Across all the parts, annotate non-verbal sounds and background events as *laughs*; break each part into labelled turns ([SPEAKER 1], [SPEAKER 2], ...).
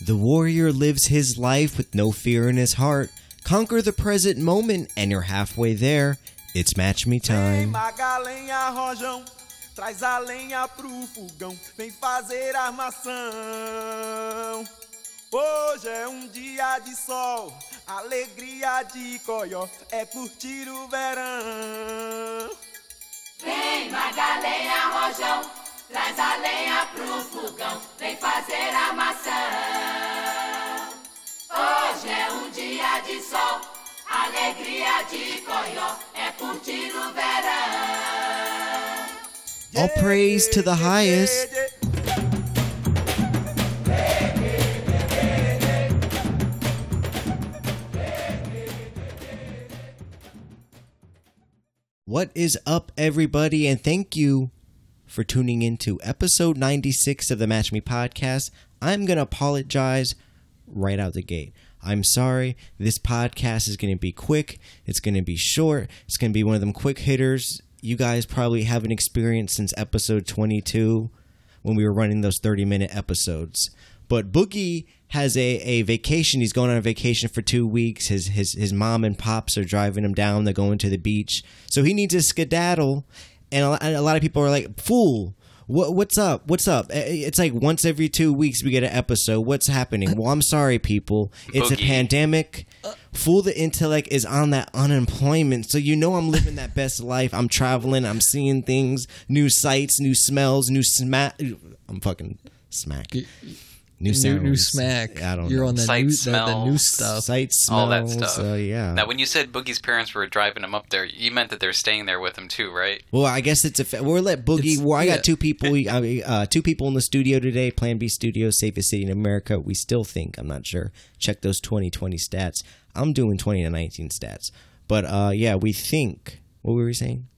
[SPEAKER 1] The warrior lives his life with no fear in his heart. Conquer the present moment, and you're halfway there. It's match me
[SPEAKER 2] Vem
[SPEAKER 1] time.
[SPEAKER 2] maga lenha, rojão, traz a lenha pro fogão, vem fazer armação. Hoje é um dia de sol, alegria de coió, é curtir o verão.
[SPEAKER 1] All praise to the highest. What is up, everybody? And thank you for tuning in to episode 96 of the Match Me podcast. I'm going to apologize right out the gate. I'm sorry. This podcast is going to be quick, it's going to be short, it's going to be one of them quick hitters you guys probably haven't experienced since episode 22 when we were running those 30 minute episodes. But Boogie has a, a vacation. He's going on a vacation for two weeks. His, his his mom and pops are driving him down. They're going to the beach. So he needs a skedaddle. And a, lo- and a lot of people are like, fool. What, what's up? What's up? Eh, eh, It's like once every two weeks we get an episode. What's happening? Well, I'm sorry, people. It's a
[SPEAKER 3] Boogie.
[SPEAKER 1] pandemic. Fool the intellect is on that unemployment. So you know I'm living that best life. I'm traveling. I'm seeing things, new sights, new smells, new smack. I'm fucking smack. New
[SPEAKER 4] new, new
[SPEAKER 1] sounds.
[SPEAKER 4] smack.
[SPEAKER 1] I don't
[SPEAKER 4] You're
[SPEAKER 1] know.
[SPEAKER 4] on that
[SPEAKER 3] Sight,
[SPEAKER 4] new, the, the new
[SPEAKER 3] smells.
[SPEAKER 4] stuff.
[SPEAKER 1] sights,
[SPEAKER 3] all that stuff.
[SPEAKER 1] So yeah.
[SPEAKER 3] Now, when you said Boogie's parents were driving him up there, you meant that they're staying there with him too, right? *laughs*
[SPEAKER 1] well, I guess it's a. Fa- we'll let Boogie.
[SPEAKER 4] It's-
[SPEAKER 1] well, I
[SPEAKER 4] yeah.
[SPEAKER 1] got two people. We, I mean, uh, two people in the studio today. Plan B Studio, safest city in America. We still think. I'm not sure. Check those 2020 stats. I'm doing 20 to 19 stats. But uh, yeah, we think. What were we saying?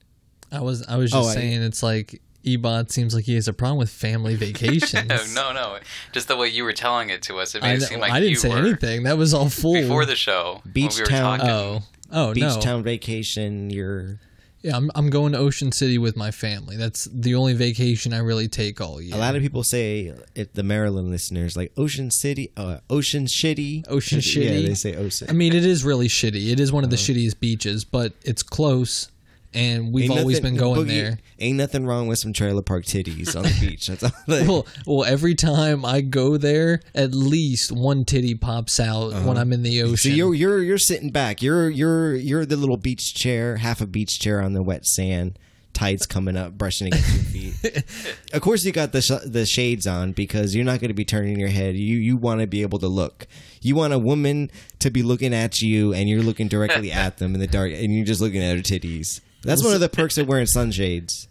[SPEAKER 4] I was I was
[SPEAKER 1] Oh,
[SPEAKER 4] just
[SPEAKER 1] I-
[SPEAKER 4] saying it's like Ebot seems like he has a problem with
[SPEAKER 3] *laughs*
[SPEAKER 4] family vacations.
[SPEAKER 3] No, Oh, no, no. Just the way you were telling it to us, it made
[SPEAKER 4] I,
[SPEAKER 3] it seem like
[SPEAKER 4] I didn't
[SPEAKER 3] you
[SPEAKER 4] say
[SPEAKER 3] were
[SPEAKER 4] anything. That was all fool.
[SPEAKER 3] *laughs* before the show.
[SPEAKER 1] Beach
[SPEAKER 3] when we were
[SPEAKER 1] town.
[SPEAKER 3] Talking.
[SPEAKER 4] oh oh
[SPEAKER 1] Beach
[SPEAKER 4] no
[SPEAKER 1] town vacation. You're.
[SPEAKER 4] yeah I'm I'm going to Ocean City with my family. That's the only vacation I really take all year.
[SPEAKER 1] A lot of people say it, the Maryland listeners like Ocean City, uh, Ocean Shitty,
[SPEAKER 4] Ocean Shitty.
[SPEAKER 1] Yeah, they say Ocean.
[SPEAKER 4] I mean, it is really shitty. It is one of
[SPEAKER 1] Uh.
[SPEAKER 4] the shittiest beaches, but it's close, and we've
[SPEAKER 1] Ain't
[SPEAKER 4] always
[SPEAKER 1] nothing-
[SPEAKER 4] been going
[SPEAKER 1] Boogie,
[SPEAKER 4] there.
[SPEAKER 1] Ain't nothing wrong with some trailer park titties on the beach.
[SPEAKER 4] *laughs*
[SPEAKER 1] That's all. Like,
[SPEAKER 4] Well, well, every time I go there, at least one titty pops out when I'm in the
[SPEAKER 1] Uh-huh. so
[SPEAKER 4] ocean.
[SPEAKER 1] you're you're you're sitting back. You're you're you're the little beach chair, half a beach chair on the wet sand. Tides coming up, brushing against your feet. of course, you got the sh- the shades on because you're not going to be turning your head. You you want to be able to look. You want a woman to be looking at you, and you're looking directly at them in the dark, and you're just looking at her titties. That's one of the perks of wearing sunshades.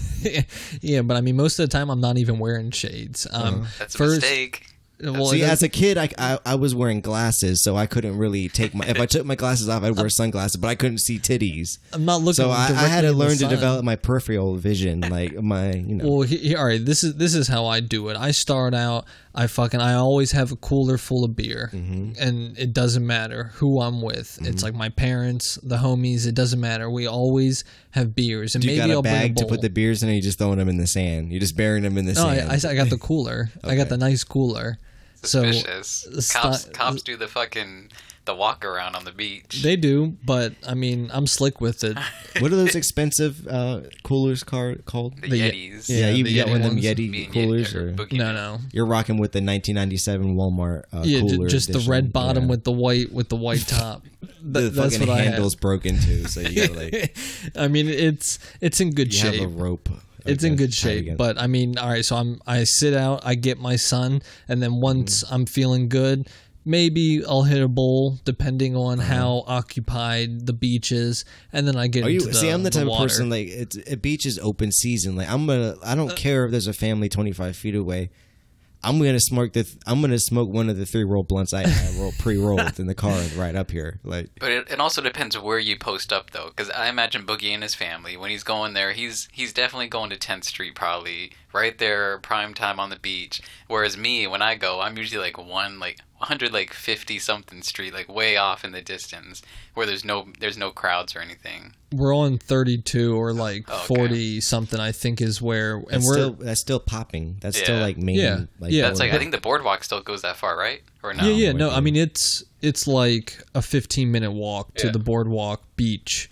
[SPEAKER 4] *laughs* yeah, but I mean, most of the time I'm not even wearing shades. Um,
[SPEAKER 1] Uh-huh.
[SPEAKER 3] That's a
[SPEAKER 4] first,
[SPEAKER 3] mistake.
[SPEAKER 4] Well,
[SPEAKER 1] See,
[SPEAKER 4] that's-
[SPEAKER 1] as a kid, I, I I was wearing glasses, so I couldn't really take my. If I took my glasses off, I'd wear sunglasses, but I couldn't see titties.
[SPEAKER 4] I'm not looking.
[SPEAKER 1] So I, I had
[SPEAKER 4] directly
[SPEAKER 1] to
[SPEAKER 4] in the
[SPEAKER 1] learn to
[SPEAKER 4] sun.
[SPEAKER 1] develop my peripheral
[SPEAKER 4] *laughs*
[SPEAKER 1] vision, like my you know.
[SPEAKER 4] Well, he, he- all right. This is this is how I do it. I start out. I fucking. I always have a cooler full of beer,
[SPEAKER 1] Mm-hmm.
[SPEAKER 4] and it doesn't matter who I'm with. It's like my parents, the homies. It doesn't matter. We always have beers, and
[SPEAKER 1] you
[SPEAKER 4] maybe
[SPEAKER 1] got a
[SPEAKER 4] I'll
[SPEAKER 1] bag to
[SPEAKER 4] bring a bowl.
[SPEAKER 1] put the beers in, and you're just throwing them in the sand. You're just burying them in the
[SPEAKER 4] no,
[SPEAKER 1] sand.
[SPEAKER 4] I, I, I got
[SPEAKER 1] *laughs*
[SPEAKER 4] the cooler. I got the nice cooler. So
[SPEAKER 3] Suspicious.
[SPEAKER 4] sti-
[SPEAKER 3] cops, cops do the fucking the walk around on the beach.
[SPEAKER 4] they do, but I mean, I'm slick with it.
[SPEAKER 1] what are those expensive uh, coolers car- called?
[SPEAKER 3] the,
[SPEAKER 4] the Ye-
[SPEAKER 3] Yetis.
[SPEAKER 1] yeah, you
[SPEAKER 4] the
[SPEAKER 1] got
[SPEAKER 4] Yeti
[SPEAKER 1] one of them
[SPEAKER 4] ones.
[SPEAKER 1] Yeti
[SPEAKER 3] Being
[SPEAKER 1] coolers,
[SPEAKER 3] Yeti or
[SPEAKER 1] or
[SPEAKER 3] Boogie
[SPEAKER 4] No,
[SPEAKER 3] Man.
[SPEAKER 4] no.
[SPEAKER 1] you're rocking with the 1997 Walmart uh,
[SPEAKER 4] Yeah, ju-
[SPEAKER 1] cooler.
[SPEAKER 4] just the
[SPEAKER 1] edition.
[SPEAKER 4] red bottom
[SPEAKER 1] Yeah.
[SPEAKER 4] with the white with
[SPEAKER 1] *laughs*
[SPEAKER 4] the white top. Th-
[SPEAKER 1] the,
[SPEAKER 4] that's
[SPEAKER 1] fucking
[SPEAKER 4] what I have. *laughs*
[SPEAKER 1] handles broken too. So you got like
[SPEAKER 4] I mean, it's it's in good
[SPEAKER 1] you
[SPEAKER 4] shape.
[SPEAKER 1] have a rope.
[SPEAKER 4] it's in
[SPEAKER 1] Okay,
[SPEAKER 4] good
[SPEAKER 1] tie together.
[SPEAKER 4] shape but i mean all right so i'm i sit out i get my sun and then once
[SPEAKER 1] Mm-hmm.
[SPEAKER 4] i'm feeling good maybe i'll hit a bowl depending on how occupied the beach is and then i get
[SPEAKER 1] Uh-huh. Are you
[SPEAKER 4] into the,
[SPEAKER 1] see? I'm the type
[SPEAKER 4] water.
[SPEAKER 1] of person like it's a beach is open season. Like I'm gonna, I
[SPEAKER 3] Uh,
[SPEAKER 1] don't care if there's a family 25 feet away. I'm gonna smoke the. I'm gonna smoke one of the three roll blunts I had
[SPEAKER 4] *laughs*
[SPEAKER 1] roll pre rolled in the car right up here. Like
[SPEAKER 3] But it, it also depends where you post up, though, because I imagine Boogie and his family when he's going there, he's he's definitely going to 10th Street, probably right there, prime time on the beach. Whereas me, when I go, I'm usually like one, like hundred like fifty something street, like way off in the distance, where there's no there's no crowds or anything.
[SPEAKER 4] We're on 32 or like
[SPEAKER 3] Oh, okay.
[SPEAKER 4] 40 something, I think is where, and
[SPEAKER 1] That's
[SPEAKER 4] we're
[SPEAKER 1] still that's still popping. That's still
[SPEAKER 3] Yeah.
[SPEAKER 1] like main.
[SPEAKER 4] Yeah.
[SPEAKER 1] like,
[SPEAKER 4] Yeah.
[SPEAKER 3] That's like I
[SPEAKER 1] boulevard.
[SPEAKER 3] think the boardwalk still goes that far, right? Or no?
[SPEAKER 4] yeah, yeah,
[SPEAKER 1] with
[SPEAKER 4] no, I
[SPEAKER 1] you.
[SPEAKER 4] mean it's it's like a 15 minute walk to
[SPEAKER 3] Yeah.
[SPEAKER 4] the boardwalk beach.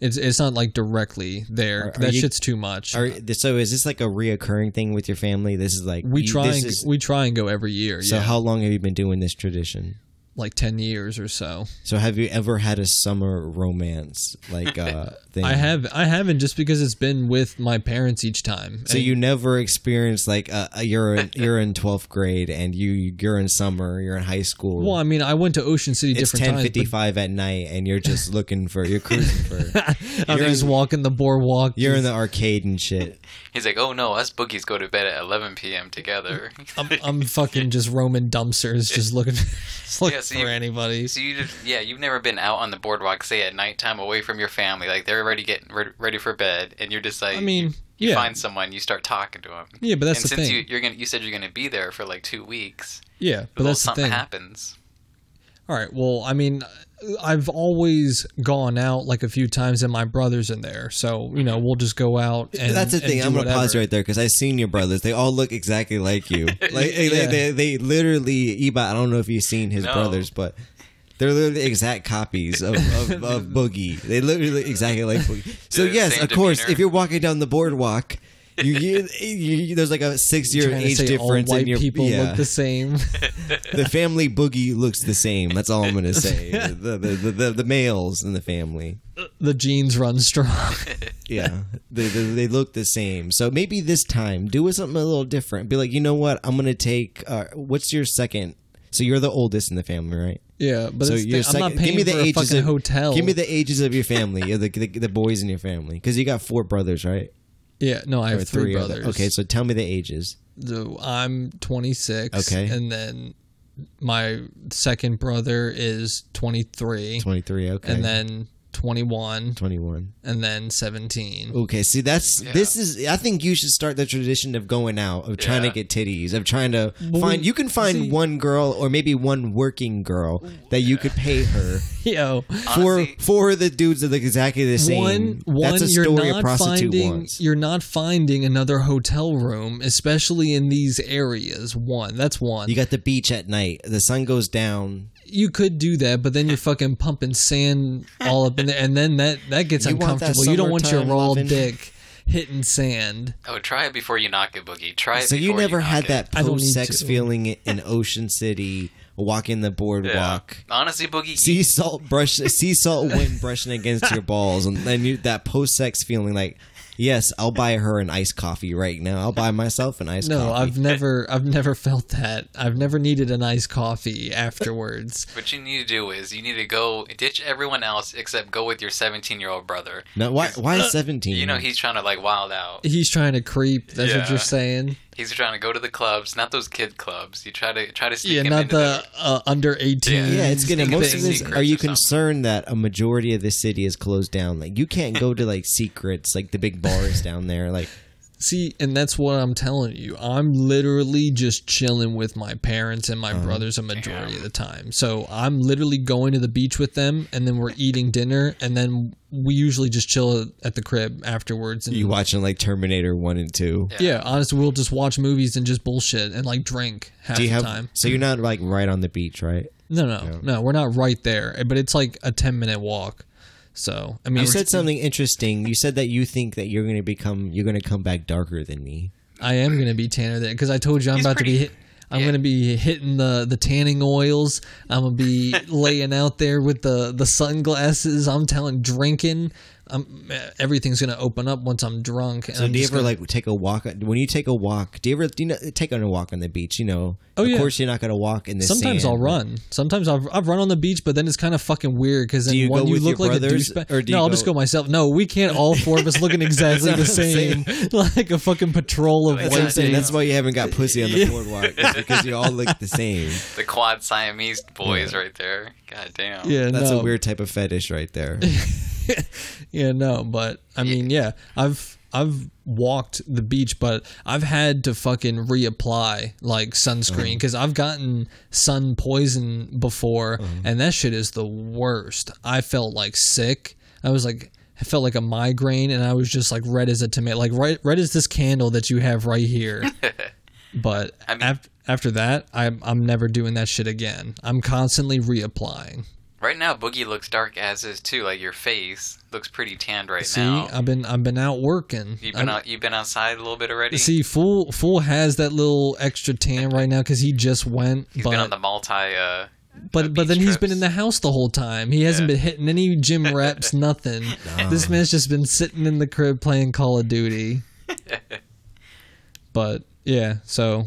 [SPEAKER 4] It's it's not like directly there.
[SPEAKER 1] Are- are
[SPEAKER 4] that
[SPEAKER 1] you-
[SPEAKER 4] shit's too much.
[SPEAKER 1] Are, th- so is this like a reoccurring thing with your family? This is like
[SPEAKER 4] we
[SPEAKER 1] you-
[SPEAKER 4] try
[SPEAKER 1] this
[SPEAKER 4] and
[SPEAKER 1] is-
[SPEAKER 4] we try and go every year.
[SPEAKER 1] so
[SPEAKER 4] yeah,
[SPEAKER 1] how long have you been doing this tradition?
[SPEAKER 4] like 10 years or so.
[SPEAKER 1] So have you ever had a summer romance like uh, thing?
[SPEAKER 4] *laughs* I have I haven't just because it's been with my parents each time.
[SPEAKER 1] So
[SPEAKER 4] And-
[SPEAKER 1] you never experienced like uh, uh, you're
[SPEAKER 4] *laughs*
[SPEAKER 1] in, you're in twelfth grade and you you're in summer, you're in high school.
[SPEAKER 4] Well, I mean, I went to Ocean City
[SPEAKER 1] it's
[SPEAKER 4] different
[SPEAKER 1] ten
[SPEAKER 4] times.
[SPEAKER 1] fifty
[SPEAKER 4] but
[SPEAKER 1] five at night, and you're just looking for you're cruising for
[SPEAKER 4] *laughs* I'm
[SPEAKER 1] you're
[SPEAKER 4] just
[SPEAKER 1] in-
[SPEAKER 4] walking the boardwalk.
[SPEAKER 1] you're in the arcade and shit.
[SPEAKER 3] He's like, oh no, us boogies go to bed at 11 p.m.
[SPEAKER 4] *laughs*
[SPEAKER 3] together.
[SPEAKER 4] I'm, I'm fucking just roaming
[SPEAKER 3] *laughs*
[SPEAKER 4] dumpsters, just looking, just looking
[SPEAKER 3] Yeah, so
[SPEAKER 4] for
[SPEAKER 3] you-
[SPEAKER 4] anybody.
[SPEAKER 3] so you just yeah, you've never been out on the boardwalk, say at nighttime, away from your family. Like they're already getting re- ready for bed, and you're just like,
[SPEAKER 4] I mean,
[SPEAKER 3] you
[SPEAKER 4] yeah,
[SPEAKER 3] find someone, you start talking to them.
[SPEAKER 4] yeah, but that's
[SPEAKER 3] and
[SPEAKER 4] the
[SPEAKER 3] since
[SPEAKER 4] thing.
[SPEAKER 3] You, you're gonna, you said you're gonna be there for like two weeks.
[SPEAKER 4] yeah,
[SPEAKER 3] But
[SPEAKER 4] but that's the
[SPEAKER 3] something
[SPEAKER 4] thing.
[SPEAKER 3] happens.
[SPEAKER 4] All right. Well, I mean, I've always gone out like a few times, and my brother's in there, so you know we'll just go out. And
[SPEAKER 1] That's the
[SPEAKER 4] and
[SPEAKER 1] thing.
[SPEAKER 4] do
[SPEAKER 1] I'm gonna
[SPEAKER 4] whatever.
[SPEAKER 1] pause right there because I've seen your brothers. They all look exactly like
[SPEAKER 4] *laughs*
[SPEAKER 1] you. Like they,
[SPEAKER 4] Yeah.
[SPEAKER 1] they, they literally. Eba, I don't know if you've seen his
[SPEAKER 3] No.
[SPEAKER 1] brothers, but they're literally exact copies of,
[SPEAKER 4] *laughs*
[SPEAKER 1] of, of Boogie. They literally exactly like
[SPEAKER 3] *laughs*
[SPEAKER 1] Boogie. So
[SPEAKER 3] The
[SPEAKER 1] yes,
[SPEAKER 3] same
[SPEAKER 1] of course,
[SPEAKER 3] demeanor.
[SPEAKER 1] if you're walking down the boardwalk. You, you, you, there's like a six year
[SPEAKER 4] Trying to
[SPEAKER 1] age
[SPEAKER 4] say
[SPEAKER 1] difference,
[SPEAKER 4] all white
[SPEAKER 1] in your
[SPEAKER 4] people
[SPEAKER 1] yeah.
[SPEAKER 4] look
[SPEAKER 1] *laughs*
[SPEAKER 4] the same.
[SPEAKER 1] the family boogie looks the same. That's all I'm gonna
[SPEAKER 4] *laughs*
[SPEAKER 1] say. the, the, the, the the males in the family,
[SPEAKER 4] the jeans run strong. *laughs*
[SPEAKER 1] yeah, *laughs* they, they, they look the same. So maybe this time, do something a little different. Be like, you know what? I'm gonna take. Uh, what's your second? So you're the oldest in the family, right?
[SPEAKER 4] Yeah, but
[SPEAKER 1] so
[SPEAKER 4] it's
[SPEAKER 1] you're
[SPEAKER 4] I'm not
[SPEAKER 1] second-
[SPEAKER 4] paying for a fucking
[SPEAKER 1] of
[SPEAKER 4] hotel.
[SPEAKER 1] Give me the ages of your family, yeah, the, the the boys in your family, because you got four brothers, right?
[SPEAKER 4] yeah. No, I have
[SPEAKER 1] Or
[SPEAKER 4] three,
[SPEAKER 1] three of them.
[SPEAKER 4] brothers.
[SPEAKER 1] Okay, so tell me the
[SPEAKER 4] *laughs*
[SPEAKER 1] ages.
[SPEAKER 4] so I'm 26.
[SPEAKER 1] Okay.
[SPEAKER 4] and then my second brother is 23,
[SPEAKER 1] Twenty three. Okay,
[SPEAKER 4] and then 21,
[SPEAKER 1] twenty one.
[SPEAKER 4] and then 17.
[SPEAKER 1] Okay, see that's this is I think you should start the tradition of going out, of trying
[SPEAKER 3] Yeah.
[SPEAKER 1] to get titties, of trying to
[SPEAKER 4] Well,
[SPEAKER 1] find
[SPEAKER 4] we-
[SPEAKER 1] you can find
[SPEAKER 4] see-
[SPEAKER 1] one girl or maybe one working girl that you could pay her
[SPEAKER 4] *laughs* Yo,
[SPEAKER 1] for
[SPEAKER 3] Honestly-
[SPEAKER 1] for the dudes that look exactly the same.
[SPEAKER 4] One, one,
[SPEAKER 1] that's a
[SPEAKER 4] you're
[SPEAKER 1] story
[SPEAKER 4] not
[SPEAKER 1] a prostitute
[SPEAKER 4] finding,
[SPEAKER 1] wants.
[SPEAKER 4] You're not finding another hotel room, especially in these areas. One, that's one.
[SPEAKER 1] You
[SPEAKER 4] You,
[SPEAKER 1] got the beach at night, the sun goes down.
[SPEAKER 4] could do that, but then you're fucking pumping sand all up in there, and then that that gets
[SPEAKER 1] You want that
[SPEAKER 4] uncomfortable. You don't want your
[SPEAKER 1] summertime
[SPEAKER 4] raw
[SPEAKER 1] loving.
[SPEAKER 4] dick hitting sand.
[SPEAKER 3] Oh, try it before you knock it, Boogie. Try it.
[SPEAKER 1] So you
[SPEAKER 3] before
[SPEAKER 1] never
[SPEAKER 3] knock
[SPEAKER 1] had
[SPEAKER 3] it.
[SPEAKER 1] that
[SPEAKER 4] I don't
[SPEAKER 1] post
[SPEAKER 4] need
[SPEAKER 1] sex
[SPEAKER 4] to.
[SPEAKER 1] feeling in Ocean City, walking the
[SPEAKER 3] Yeah.
[SPEAKER 1] boardwalk.
[SPEAKER 3] Honestly, Boogie,
[SPEAKER 1] sea salt brush sea salt wind brushing against your balls and then you that post sex feeling like yes i'll buy her an iced coffee right now i'll buy myself an iced
[SPEAKER 4] No,
[SPEAKER 1] coffee *laughs*
[SPEAKER 4] I've never, I've never felt that. I've never needed an iced coffee afterwards.
[SPEAKER 3] What you need to do is you need to go ditch everyone else except go with your 17 year old brother.
[SPEAKER 1] no why why 17
[SPEAKER 3] You know he's trying to like wild out.
[SPEAKER 4] He's trying to creep. That's what
[SPEAKER 3] Yeah.
[SPEAKER 4] you're saying.
[SPEAKER 3] He's trying to go to the clubs, not those kid clubs. You try to try to sneak
[SPEAKER 4] Yeah,
[SPEAKER 3] him
[SPEAKER 4] not
[SPEAKER 3] into
[SPEAKER 4] the
[SPEAKER 3] the-
[SPEAKER 4] uh, under eighteen.
[SPEAKER 1] yeah, it's gonna. Most of
[SPEAKER 3] things
[SPEAKER 1] this.
[SPEAKER 3] secrets
[SPEAKER 1] Are you
[SPEAKER 3] or something.
[SPEAKER 1] concerned that a majority of the city is closed down? Like you can't go to like secrets, like the big bars down there. Like
[SPEAKER 4] See, and that's what I'm telling you. I'm literally just chilling with my parents and my
[SPEAKER 1] Uh-huh.
[SPEAKER 4] brothers a majority of the time. So I'm literally going to the beach with them, and then we're eating dinner, and then we usually just chill at the crib afterwards. And
[SPEAKER 1] you watching like Terminator One and Two.
[SPEAKER 4] yeah. honestly, we'll just watch movies and just bullshit and like drink half
[SPEAKER 1] Do you
[SPEAKER 4] the
[SPEAKER 1] have?
[SPEAKER 4] time.
[SPEAKER 1] So you're not like right on the beach, right?
[SPEAKER 4] No, no, no, we're not right there, but it's like a ten minute walk. So I mean,
[SPEAKER 1] You said something interesting. You said that you think that you're gonna become, you're gonna come back darker than me.
[SPEAKER 4] I am gonna be tanner then because I told you I'm
[SPEAKER 3] He's
[SPEAKER 4] about to be.
[SPEAKER 3] pretty-
[SPEAKER 4] Hit, I'm
[SPEAKER 3] yeah.
[SPEAKER 4] gonna be hitting the the tanning oils. I'm gonna
[SPEAKER 3] *laughs*
[SPEAKER 4] be laying out there with the the sunglasses. I'm telling drinking. I'm everything's gonna open up once I'm drunk. And
[SPEAKER 1] So
[SPEAKER 4] I'm
[SPEAKER 1] do you
[SPEAKER 4] just
[SPEAKER 1] ever
[SPEAKER 4] gonna-
[SPEAKER 1] like take a walk? When you take a walk, do you ever do you know, take on a walk on the beach? You know,
[SPEAKER 4] Oh,
[SPEAKER 1] of
[SPEAKER 4] yeah.
[SPEAKER 1] course you're not going to walk in the
[SPEAKER 4] Sometimes
[SPEAKER 1] sand.
[SPEAKER 4] I'll run. Sometimes I've, I've run on the beach, but then it's kind of fucking weird because then
[SPEAKER 1] you
[SPEAKER 4] one
[SPEAKER 1] go
[SPEAKER 4] you
[SPEAKER 1] with
[SPEAKER 4] look
[SPEAKER 1] your
[SPEAKER 4] like
[SPEAKER 1] brothers,
[SPEAKER 4] a douchebag.
[SPEAKER 1] or do
[SPEAKER 4] no,
[SPEAKER 1] you
[SPEAKER 4] I'll just
[SPEAKER 1] go-
[SPEAKER 4] go myself. No, we can't all four of
[SPEAKER 1] *laughs*
[SPEAKER 4] us looking exactly the same, *laughs* like a fucking patrol of
[SPEAKER 3] That's
[SPEAKER 1] That's what I'm
[SPEAKER 4] white
[SPEAKER 1] saying.
[SPEAKER 4] dudes.
[SPEAKER 1] That's why you haven't got pussy
[SPEAKER 4] *laughs*
[SPEAKER 1] on the boardwalk is because you all look the same.
[SPEAKER 3] the quad Siamese boys right there. God damn.
[SPEAKER 4] Yeah,
[SPEAKER 1] That's
[SPEAKER 4] no. *laughs*
[SPEAKER 1] a weird type of fetish right there.
[SPEAKER 4] Yeah, no, but I mean, yeah, I've I've walked the beach, but I've had to fucking reapply like
[SPEAKER 3] Mm-hmm.
[SPEAKER 4] sunscreen because I've gotten sun poison before,
[SPEAKER 3] Mm-hmm.
[SPEAKER 4] and that shit is the worst. I felt like sick. I was like. I felt like a migraine, and I was just like red as a tomato, like right, red as this candle that you have right
[SPEAKER 3] *laughs*
[SPEAKER 4] here. But
[SPEAKER 3] I mean-
[SPEAKER 4] af- after that, I'm I'm never doing that shit again. I'm constantly reapplying.
[SPEAKER 3] Right now, Boogie looks dark as is too. Like your face looks pretty tanned right
[SPEAKER 4] See,
[SPEAKER 3] now.
[SPEAKER 4] I've been I've been out working.
[SPEAKER 3] you've been
[SPEAKER 4] I'm-
[SPEAKER 3] out, you've been outside a little bit already.
[SPEAKER 4] See, Fool Fool has that little extra tan right now because he just went,
[SPEAKER 3] He's
[SPEAKER 4] but
[SPEAKER 3] been on the multi. Uh,
[SPEAKER 4] but but then
[SPEAKER 3] beach
[SPEAKER 4] he's been
[SPEAKER 3] trips.
[SPEAKER 4] in the house the whole time. He hasn't
[SPEAKER 3] Yeah.
[SPEAKER 4] been hitting any
[SPEAKER 3] *laughs*
[SPEAKER 4] gym reps, nothing. This man's just been sitting in the crib playing Call of
[SPEAKER 3] *laughs*
[SPEAKER 4] Duty. but yeah, so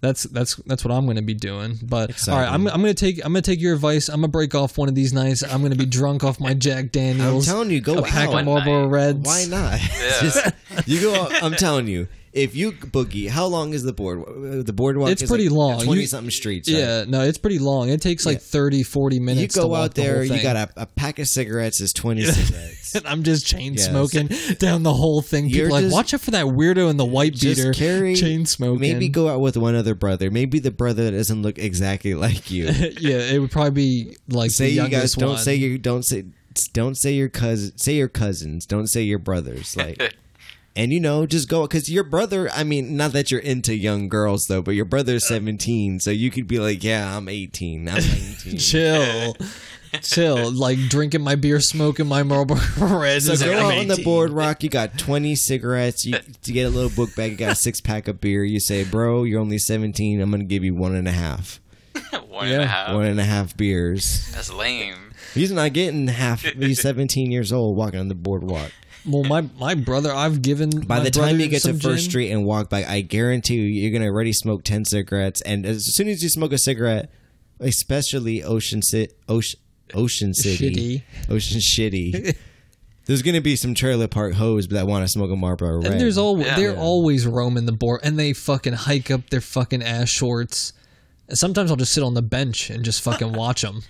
[SPEAKER 4] that's that's that's what I'm going to be doing. But all right, I'm I'm going to take I'm going to take your advice. I'm going to break off one of these nights. I'm going to be drunk off my Jack Daniels.
[SPEAKER 1] telling you, go
[SPEAKER 4] a pack
[SPEAKER 1] out.
[SPEAKER 4] of Marlboro
[SPEAKER 3] One
[SPEAKER 4] Reds.
[SPEAKER 1] Why
[SPEAKER 4] *laughs*
[SPEAKER 1] not? *laughs* Just- you go. out- I'm telling you, if you boogie, how long is the board? The boardwalk.
[SPEAKER 4] It's
[SPEAKER 1] is
[SPEAKER 4] pretty
[SPEAKER 1] like
[SPEAKER 4] long. You-
[SPEAKER 1] Twenty something streets. right?
[SPEAKER 4] Yeah, no, it's pretty long. It takes like
[SPEAKER 1] Yeah.
[SPEAKER 4] thirty, forty 30, 40
[SPEAKER 1] You
[SPEAKER 4] minutes. to
[SPEAKER 1] go
[SPEAKER 4] walk
[SPEAKER 1] out
[SPEAKER 4] the whole
[SPEAKER 1] there, you
[SPEAKER 4] thing.
[SPEAKER 1] got a, a pack of cigarettes is twenty cigarettes.
[SPEAKER 4] *laughs* And I'm just chain
[SPEAKER 1] Yes.
[SPEAKER 4] smoking *laughs* down the whole thing.
[SPEAKER 1] You're
[SPEAKER 4] People are like,
[SPEAKER 1] just-
[SPEAKER 4] watch out for that weirdo in the white beater.
[SPEAKER 1] Just carry
[SPEAKER 4] chain smoking.
[SPEAKER 1] Maybe go out with one other brother. Maybe the brother that doesn't look exactly like
[SPEAKER 4] *laughs*
[SPEAKER 1] you.
[SPEAKER 4] *laughs* yeah, it would probably be like
[SPEAKER 1] say
[SPEAKER 4] the
[SPEAKER 1] you guys
[SPEAKER 4] youngest
[SPEAKER 1] don't
[SPEAKER 4] one.
[SPEAKER 1] say you don't say don't say your cousin say your cousins don't say your brothers like and you know just go because your brother i mean not that you're into young girls though but your brother's 17 so you could be like yeah i'm 18
[SPEAKER 4] *laughs*
[SPEAKER 1] i'm 19
[SPEAKER 4] *laughs*
[SPEAKER 1] *laughs*
[SPEAKER 4] chill, chill. Like drinking my beer, smoking my Marlboro *laughs* Reds.
[SPEAKER 1] So
[SPEAKER 4] It's
[SPEAKER 1] go
[SPEAKER 4] like,
[SPEAKER 1] out
[SPEAKER 4] I'm
[SPEAKER 1] on the
[SPEAKER 4] 18.
[SPEAKER 1] boardwalk. You got twenty cigarettes. You, you get a little book bag. You got a six pack of beer. You say, "Bro, you're only seventeen. I'm gonna give you one and a half.
[SPEAKER 3] one and a
[SPEAKER 4] Yeah.
[SPEAKER 3] half.
[SPEAKER 1] One and a half beers.
[SPEAKER 3] That's lame.
[SPEAKER 1] He's not getting half. He's seventeen years old walking on the boardwalk.
[SPEAKER 4] Well, my my brother, I've given.
[SPEAKER 1] By
[SPEAKER 4] my
[SPEAKER 1] the time
[SPEAKER 4] brother
[SPEAKER 1] you get to
[SPEAKER 4] some
[SPEAKER 1] First
[SPEAKER 4] gin.
[SPEAKER 1] Street and walk back, I guarantee you, you're gonna already smoke ten cigarettes. And as soon as you smoke a cigarette, especially Ocean City, Ocean, Ocean City, Ocean
[SPEAKER 4] *laughs*
[SPEAKER 1] Shitty, there's gonna be some trailer park hoes that want to smoke a Marlboro Red.
[SPEAKER 4] And there's all
[SPEAKER 3] Yeah.
[SPEAKER 4] they're
[SPEAKER 3] Yeah.
[SPEAKER 4] always roaming the board, and they fucking hike up their fucking ass shorts. And sometimes I'll just sit on the bench and just fucking watch them,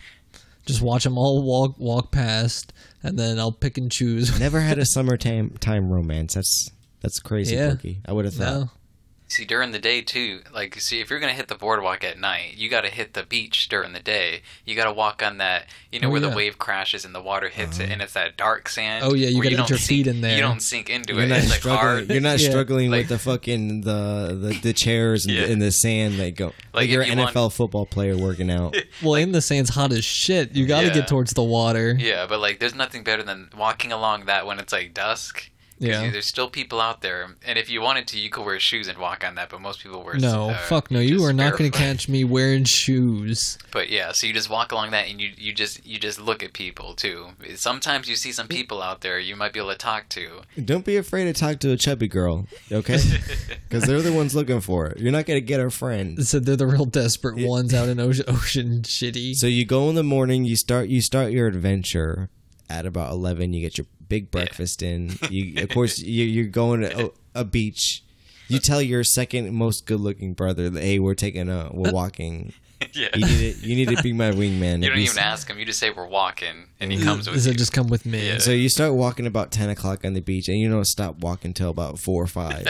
[SPEAKER 4] just watch them all walk walk past, and then I'll pick and choose.
[SPEAKER 1] never had a summertime time romance. That's that's crazy,
[SPEAKER 4] Yeah.
[SPEAKER 1] Boogie. I would have thought.
[SPEAKER 4] *laughs* No,
[SPEAKER 3] See, during the day too. Like, see, if you're gonna hit the boardwalk at night, you got to hit the beach during the day. You got to walk on that, you know,
[SPEAKER 4] Oh,
[SPEAKER 3] where
[SPEAKER 4] yeah. Uh-huh.
[SPEAKER 3] the wave crashes and the water hits it, and it's that dark sand.
[SPEAKER 4] Oh, yeah, you
[SPEAKER 3] where
[SPEAKER 4] gotta get
[SPEAKER 3] don't
[SPEAKER 4] your feet
[SPEAKER 3] sink-
[SPEAKER 4] in there.
[SPEAKER 3] You don't sink into
[SPEAKER 1] You're
[SPEAKER 3] it.
[SPEAKER 1] not
[SPEAKER 3] It's like
[SPEAKER 1] struggling.
[SPEAKER 3] hard.
[SPEAKER 1] You're not
[SPEAKER 3] *laughs*
[SPEAKER 4] Yeah.
[SPEAKER 1] struggling
[SPEAKER 3] Like-
[SPEAKER 1] with the fucking the the, the chairs and,
[SPEAKER 3] Yeah.
[SPEAKER 1] the, and the sand. Like go, like,
[SPEAKER 3] Like, if
[SPEAKER 1] you're an
[SPEAKER 3] you want-
[SPEAKER 1] NFL football player working
[SPEAKER 3] *laughs*
[SPEAKER 1] out.
[SPEAKER 4] well, in the sand's hot as shit. You got to
[SPEAKER 3] Yeah.
[SPEAKER 4] get towards the water.
[SPEAKER 3] Yeah, but like, there's nothing better than walking along that when it's like dusk. 'Cause
[SPEAKER 4] Yeah.
[SPEAKER 3] you- there's still people out there, and if you wanted to, you could wear shoes and walk on that. But most people wear
[SPEAKER 4] No,
[SPEAKER 3] uh,
[SPEAKER 4] fuck no. You
[SPEAKER 3] just
[SPEAKER 4] are not going to
[SPEAKER 3] barefoot.
[SPEAKER 4] catch me wearing shoes.
[SPEAKER 3] But yeah, so you just walk along that, and you you just you just look at people too. Sometimes you see some people out there you might be able to talk to.
[SPEAKER 1] Don't be afraid to talk to a chubby girl, okay?
[SPEAKER 3] *laughs*
[SPEAKER 1] Because they're the ones looking for it. You're not gonna get her friend.
[SPEAKER 4] So they're the real desperate ones out in ocean, ocean shitty.
[SPEAKER 1] So you go in the morning. You start. You start your adventure at about eleven. You get your big breakfast
[SPEAKER 3] *laughs*
[SPEAKER 1] in. You, of course, you, you're going to a, a beach. You tell your second most good-looking brother, that, "Hey, we're taking a,
[SPEAKER 3] *laughs*
[SPEAKER 1] we're walking.
[SPEAKER 3] Yeah.
[SPEAKER 1] You
[SPEAKER 4] *laughs*
[SPEAKER 1] need to, you need to be my wingman."
[SPEAKER 3] You don't
[SPEAKER 1] If
[SPEAKER 3] even ask him. You just say we're walking, and he comes with
[SPEAKER 4] Does
[SPEAKER 3] you.
[SPEAKER 4] it just come with me?
[SPEAKER 3] Yeah.
[SPEAKER 1] So you start walking about ten o'clock on the beach, and you don't stop walking till about four or
[SPEAKER 4] *laughs*
[SPEAKER 1] five.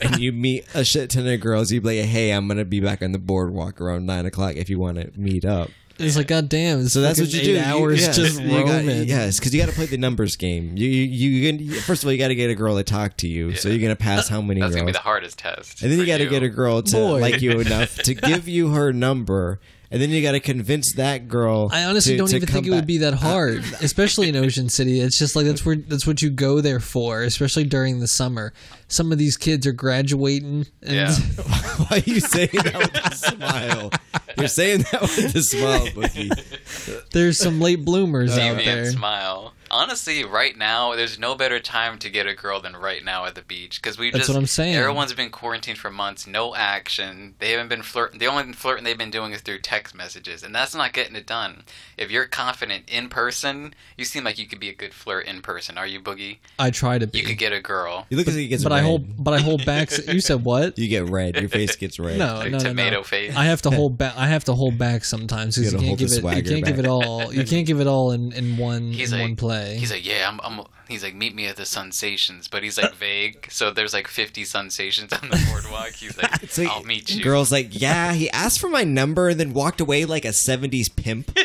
[SPEAKER 1] and you meet a shit ton of girls. You be like, "Hey, I'm gonna be back on the boardwalk around nine o'clock if you want to meet up."
[SPEAKER 4] It's like goddamn.
[SPEAKER 1] So that's what you do.
[SPEAKER 4] Eight
[SPEAKER 1] You-
[SPEAKER 4] hours
[SPEAKER 1] yes,
[SPEAKER 4] just
[SPEAKER 1] you got-
[SPEAKER 4] roaming.
[SPEAKER 1] yes, because you got to play the numbers game. You you, you can, first of all you got to get a girl to talk to you, so you're gonna pass how many
[SPEAKER 3] That's gonna be
[SPEAKER 1] girls,
[SPEAKER 3] the hardest test.
[SPEAKER 1] and then you
[SPEAKER 3] for
[SPEAKER 1] got to get a girl to
[SPEAKER 4] Boy.
[SPEAKER 1] like you enough
[SPEAKER 4] *laughs*
[SPEAKER 1] to give you her number, and then you got to convince that girl.
[SPEAKER 4] I honestly
[SPEAKER 1] to-
[SPEAKER 4] don't
[SPEAKER 1] to
[SPEAKER 4] even
[SPEAKER 1] come
[SPEAKER 4] think it would
[SPEAKER 1] back. Uh,
[SPEAKER 4] be
[SPEAKER 1] *laughs*
[SPEAKER 4] that hard, especially in Ocean City. It's just like that's where that's what you go there for, especially during the summer. Some of these kids are graduating, and
[SPEAKER 3] Yeah.
[SPEAKER 1] *laughs* Why are you saying that with a smile? You're saying that with a smile, Boogie.
[SPEAKER 4] *laughs* there's some late bloomers out
[SPEAKER 3] deviant
[SPEAKER 4] there.
[SPEAKER 3] smile. Honestly, right now, there's no better time to get a girl than right now at the beach because we
[SPEAKER 4] That's
[SPEAKER 3] just
[SPEAKER 4] what I'm saying.
[SPEAKER 3] everyone's been quarantined for months, no action. They haven't been flirting. The only flirting they've been doing is through text messages, and that's not getting it done. If you're confident in person, you seem like you could be a good flirt in person. Are you boogie?
[SPEAKER 4] I try to
[SPEAKER 3] You could
[SPEAKER 4] be,
[SPEAKER 3] get a girl.
[SPEAKER 1] You look as if you get
[SPEAKER 4] but
[SPEAKER 1] red.
[SPEAKER 4] I hold, but I
[SPEAKER 1] *laughs*
[SPEAKER 4] hold back. You said what?
[SPEAKER 1] You get red. Your face gets red.
[SPEAKER 4] No,
[SPEAKER 3] Like
[SPEAKER 4] no, no, no.
[SPEAKER 3] tomato face.
[SPEAKER 4] I have to hold back. I have to hold back sometimes
[SPEAKER 1] You
[SPEAKER 4] because you,
[SPEAKER 1] gotta
[SPEAKER 4] can't
[SPEAKER 1] hold the
[SPEAKER 4] give it. You
[SPEAKER 1] swagger
[SPEAKER 4] can't give
[SPEAKER 1] back.
[SPEAKER 4] it all. You can't give it all in, in one
[SPEAKER 3] He's
[SPEAKER 4] in
[SPEAKER 3] like,
[SPEAKER 4] one LA.
[SPEAKER 3] He's like, yeah, I'm, I'm. He's like, meet me at the Sensations,
[SPEAKER 4] *laughs*
[SPEAKER 3] but he's like vague. So there's like 50 Sensations on the boardwalk. He's
[SPEAKER 4] *laughs*
[SPEAKER 3] like,
[SPEAKER 1] So
[SPEAKER 3] I'll meet you.
[SPEAKER 1] Girl's like, yeah, he asked for my number and then walked away like a 70s
[SPEAKER 4] *laughs*
[SPEAKER 1] pimp.